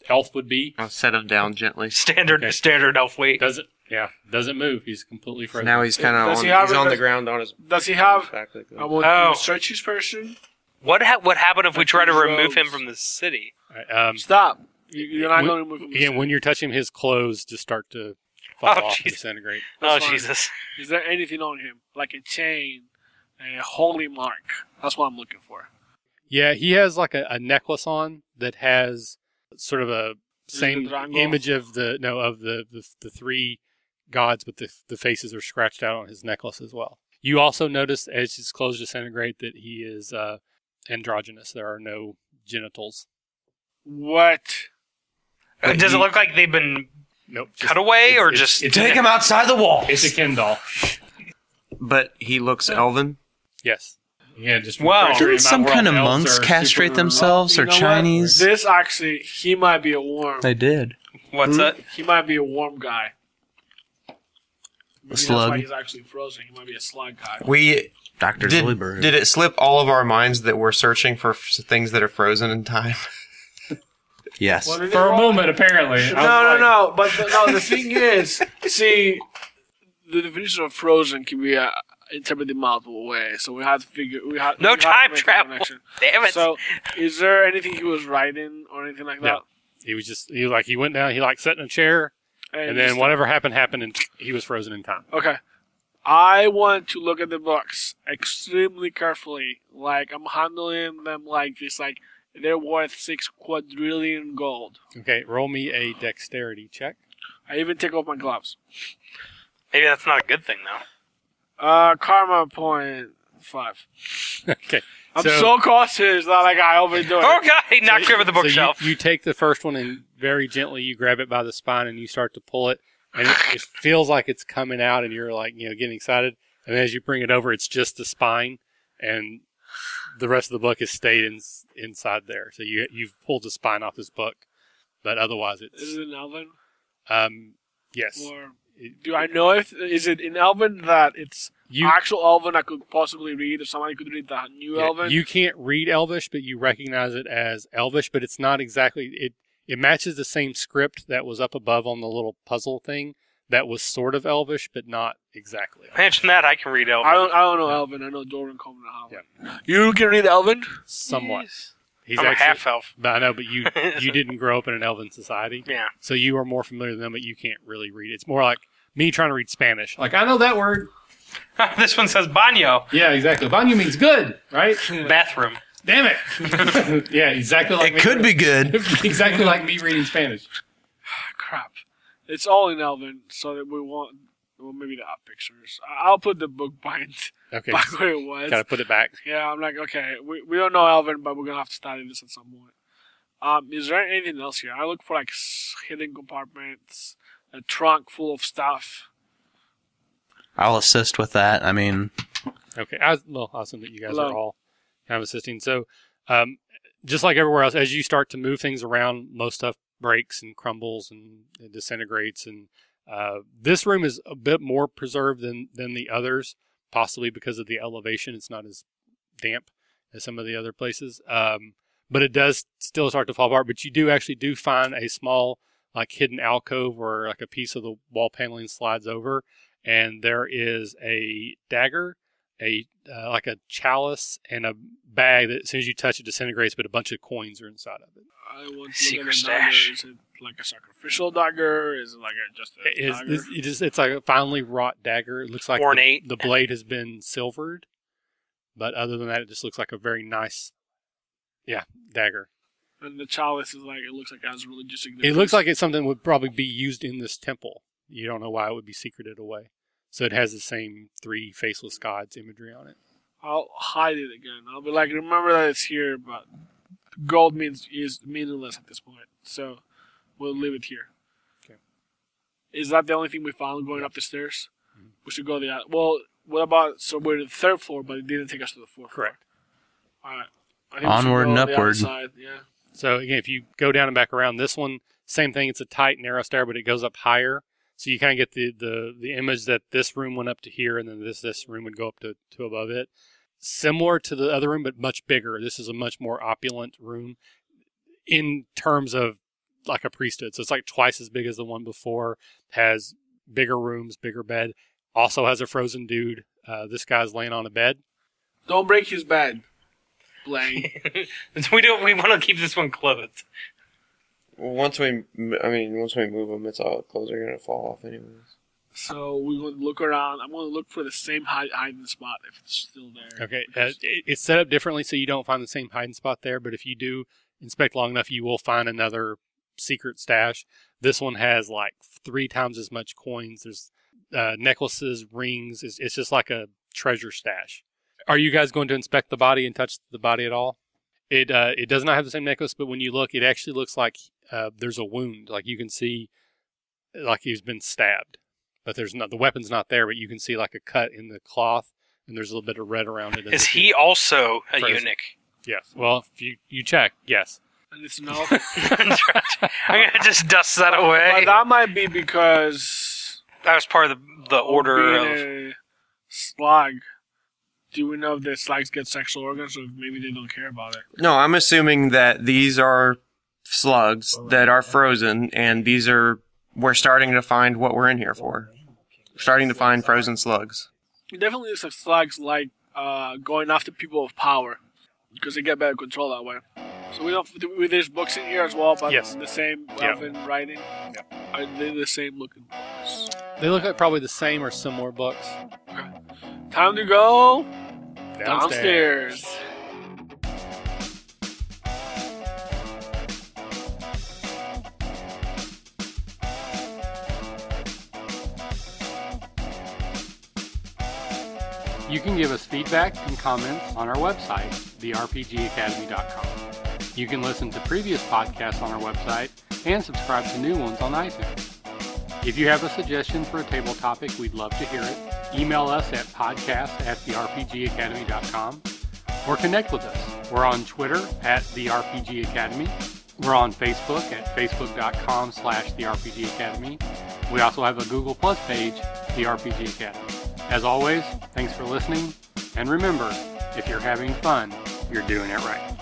Speaker 1: elf would be.
Speaker 5: I'll set him down gently.
Speaker 4: standard
Speaker 1: Okay.
Speaker 4: standard elf weight.
Speaker 1: Doesn't yeah, doesn't move. He's completely frozen.
Speaker 5: Now he's kind of
Speaker 3: Does
Speaker 5: on.
Speaker 3: he have
Speaker 6: He's
Speaker 3: it?
Speaker 6: on the
Speaker 3: Does-
Speaker 6: ground on his.
Speaker 3: Does he
Speaker 6: on his
Speaker 3: have?
Speaker 6: back like that.
Speaker 3: I want
Speaker 4: Oh.
Speaker 3: to search his person.
Speaker 4: What ha- what happened if we try to
Speaker 3: Those-
Speaker 4: remove him from the city?
Speaker 1: All right, um,
Speaker 3: Stop. You- You're not
Speaker 1: When-
Speaker 3: going to move him.
Speaker 1: again, when you're touching his clothes, just start to fall
Speaker 4: Oh,
Speaker 1: off and
Speaker 4: Jesus.
Speaker 1: disintegrate.
Speaker 4: Oh
Speaker 3: fine.
Speaker 4: Jesus!
Speaker 3: Is there anything on him, like a chain, a holy mark? That's what I'm looking for.
Speaker 1: Yeah, he has like a, a necklace on that has sort of a
Speaker 3: Is it
Speaker 1: same
Speaker 3: the triangle?
Speaker 1: image of the no of the the, the three gods, but the the faces are scratched out on his necklace as well. You also notice as his clothes disintegrate that he is uh, androgynous. There are no genitals.
Speaker 3: What?
Speaker 5: Uh,
Speaker 4: Does it
Speaker 5: he-
Speaker 4: look like they've been
Speaker 1: Nope. just-
Speaker 4: cut away or
Speaker 1: it's-
Speaker 4: just?
Speaker 1: it's-
Speaker 2: Take him outside the wall.
Speaker 1: It's a Ken doll.
Speaker 5: But he looks elven.
Speaker 1: Yes. Yeah. Just
Speaker 4: Wow.
Speaker 1: refresh your
Speaker 2: Didn't some
Speaker 1: mind.
Speaker 2: kind of
Speaker 1: Elves
Speaker 2: monks
Speaker 1: are
Speaker 2: castrate
Speaker 1: super-
Speaker 2: themselves
Speaker 3: Mm, You
Speaker 2: or
Speaker 3: know what?
Speaker 2: Chinese?
Speaker 3: This actually, he might be a worm.
Speaker 2: They Hmm? did.
Speaker 1: Hmm?
Speaker 4: what's that?
Speaker 3: He might be a worm guy. Maybe That's why
Speaker 2: slug.
Speaker 3: he's actually frozen. He might be a slug guy.
Speaker 5: We
Speaker 2: Doctor
Speaker 5: did. Did it slip all of our minds that we're searching for f- things that are frozen in time?
Speaker 2: Yes.
Speaker 3: Well,
Speaker 1: For a moment, apparently.
Speaker 3: No, no, no. But the, no, the thing is, see, the definition of frozen can be uh, interpreted multiple ways. So we have to figure. We have
Speaker 4: No
Speaker 3: we have to
Speaker 4: time
Speaker 3: make a
Speaker 4: travel.
Speaker 3: connection.
Speaker 4: Damn it!
Speaker 3: So, is there anything he was writing or anything like that?
Speaker 1: No. He was just he like he went down. He like sat in a chair. and
Speaker 3: just-
Speaker 1: then whatever happened happened, and he was frozen in time.
Speaker 3: Okay. I want to look at the books extremely carefully. Like I'm handling them like this. Like they're worth six quadrillion gold.
Speaker 1: Okay, roll me a dexterity check.
Speaker 3: I even take off my gloves.
Speaker 4: Maybe that's not a good thing though.
Speaker 3: Uh, karma point five.
Speaker 1: Okay,
Speaker 3: I'm so, cautious that like I overdo it.
Speaker 4: Oh god! He knocked
Speaker 1: so-
Speaker 4: over the
Speaker 1: so you-
Speaker 4: bookshelf.
Speaker 1: you, take the first one and very gently you grab it by the spine and you start to pull it, and it, it feels like it's coming out, and you're like you know getting excited, and as you bring it over, it's just the spine, and the rest of the book has stayed in, inside there. So you you've pulled the spine off this book, but otherwise
Speaker 3: Is
Speaker 1: it's
Speaker 3: it an elven?
Speaker 1: um Yes.
Speaker 3: Or
Speaker 1: It-
Speaker 3: do I know if is it in Elven that it's
Speaker 1: you,
Speaker 3: actual Elven I could possibly read, or somebody could read the new
Speaker 1: yeah,
Speaker 3: Elven?
Speaker 1: you can't read Elvish, but you recognize it as Elvish, but it's not exactly it. It matches the same script that was up above on the little puzzle thing that was sort of Elvish, but not exactly.
Speaker 4: Imagine that. I can read Elven.
Speaker 3: I don't. I don't know Elven. I know Doran Common and
Speaker 1: Yeah.
Speaker 3: Elven. You can read Elven.
Speaker 1: Somewhat.
Speaker 4: Yes.
Speaker 1: He's
Speaker 4: I'm
Speaker 1: actually-
Speaker 4: a half elf.
Speaker 1: But I know, but you you didn't grow up in an Elven society,
Speaker 4: Yeah.
Speaker 1: so you are more familiar than them. But you can't really read. It's more like me trying to read Spanish. Like I know that word.
Speaker 4: this one says baño,
Speaker 1: Yeah, exactly. Baño means good, right?
Speaker 4: bathroom.
Speaker 1: Damn it. yeah, exactly like
Speaker 2: It could be good.
Speaker 1: exactly like me reading Spanish.
Speaker 3: Ah, crap. It's all in Elven, so that we want. Well, maybe the up pictures. I- I'll put the book bind
Speaker 1: Okay,
Speaker 3: back where it was.
Speaker 1: gotta put it back.
Speaker 3: Yeah, I'm like, okay, we, we don't know Elven, but we're gonna have to study this at some point. Um, is there anything else here? I look for like s- hidden compartments, a trunk full of stuff.
Speaker 2: I'll assist with that. I mean,
Speaker 1: Okay. I, well, awesome that you guys are
Speaker 3: Hello.
Speaker 1: all kind of assisting. So, um, just like everywhere else, as you start to move things around, most stuff breaks and crumbles and it disintegrates. And uh, this room is a bit more preserved than than the others, possibly because of the elevation. It's not as damp as some of the other places, um, but it does still start to fall apart. But you do actually do find a small like hidden alcove where like a piece of the wall paneling slides over, and there is a dagger a uh, like a chalice and a bag that as soon as you touch it disintegrates, but a bunch of coins are inside of it.
Speaker 3: I want to look
Speaker 4: Secret
Speaker 3: at a dagger.
Speaker 4: stash.
Speaker 3: Is it like a sacrificial dagger? Is it like a, just a
Speaker 1: It is,
Speaker 3: dagger?
Speaker 1: it's, it is it's like a finely wrought dagger. It looks like the-
Speaker 4: Ornate.
Speaker 1: The, blade has been silvered, but other than that, it just looks like a very nice, yeah, dagger.
Speaker 3: and the chalice is like it looks like it has religious
Speaker 1: It
Speaker 3: significance.
Speaker 1: looks like it's something that would probably be used in this temple. You don't know why it would be secreted away. So it has the same three faceless gods imagery on it.
Speaker 3: I'll hide it again. I'll be like, remember that it's here, but gold means is meaningless at this point. So we'll leave it here.
Speaker 1: Okay.
Speaker 3: Is that the only thing we found going up the stairs?
Speaker 1: Mm-hmm.
Speaker 3: We should go the oth- well. What about so we're in the third floor, but it didn't take us to the fourth.
Speaker 1: Correct.
Speaker 3: All right. I think we should
Speaker 2: Onward
Speaker 3: go
Speaker 2: and
Speaker 3: on the
Speaker 2: upward.
Speaker 3: outside, Yeah.
Speaker 1: So again, if you go down and back around this one, same thing. It's a tight, narrow stair, but it goes up higher. So you kind of get the, the the image that this room went up to here, and then this this room would go up to to above it. Similar to the other room, but much bigger. This is a much more opulent room in terms of like a priesthood. So it's like twice as big as the one before. Has bigger rooms, bigger bed. Also has a frozen dude. Uh, this guy's laying on a bed.
Speaker 3: Don't break his bed, Blaine.
Speaker 4: we don't. We want to keep this one closed.
Speaker 6: Well, once we, m- I mean, once we move them, it's all clothes are gonna fall off anyways.
Speaker 3: so we're going to look around. I'm going to look for the same hide, hiding spot if it's still there.
Speaker 1: Okay, uh, it- it's set up differently so you don't find the same hiding spot there. But if you do inspect long enough, you will find another secret stash. This one has like three times as much coins. There's uh, necklaces, rings. It's, it's just like a treasure stash. Are you guys going to inspect the body and touch the body at all? It uh, it does not have the same necklace, but when you look, it actually looks like uh, there's a wound. Like you can see, like he's been stabbed, but there's not the weapon's not there. But you can see like a cut in the cloth, and there's a little bit of red around it.
Speaker 4: Is he also a
Speaker 1: Frozen.
Speaker 4: eunuch?
Speaker 1: Yes. Well, if you you check, yes.
Speaker 3: And it's no.
Speaker 4: That's right. I'm gonna just dust that away.
Speaker 3: But that might be because
Speaker 4: That was part of the, the order
Speaker 3: being
Speaker 4: of.
Speaker 3: a slug. Do we know if the slugs get sexual organs, or if maybe they don't care about it?
Speaker 5: No, I'm assuming that these are slugs that are frozen, and these are we're starting to find what we're in here for. We're starting to find frozen slugs.
Speaker 3: It definitely looks like slugs like uh, going after people of power because they get better control that way. So we don't. We, there's books in here as well, but
Speaker 1: Yes.
Speaker 3: the same
Speaker 1: Yeah.
Speaker 3: Elven writing. Are they the same looking books?
Speaker 1: They look like probably the same or similar books.
Speaker 3: Time to go downstairs.
Speaker 8: You can give us feedback and comments on our website, therpgacademy.com. You can listen to previous podcasts on our website and subscribe to new ones on iTunes. If you have a suggestion for a table topic, we'd love to hear it. Email us at podcast at therpgacademy.com or connect with us. We're on Twitter at the RPG Academy. We're on Facebook at facebook.com slash the RPG Academy.
Speaker 1: We also have a Google Plus page, the RPG Academy. As always, thanks for listening, and remember, if you're having fun, you're doing it right.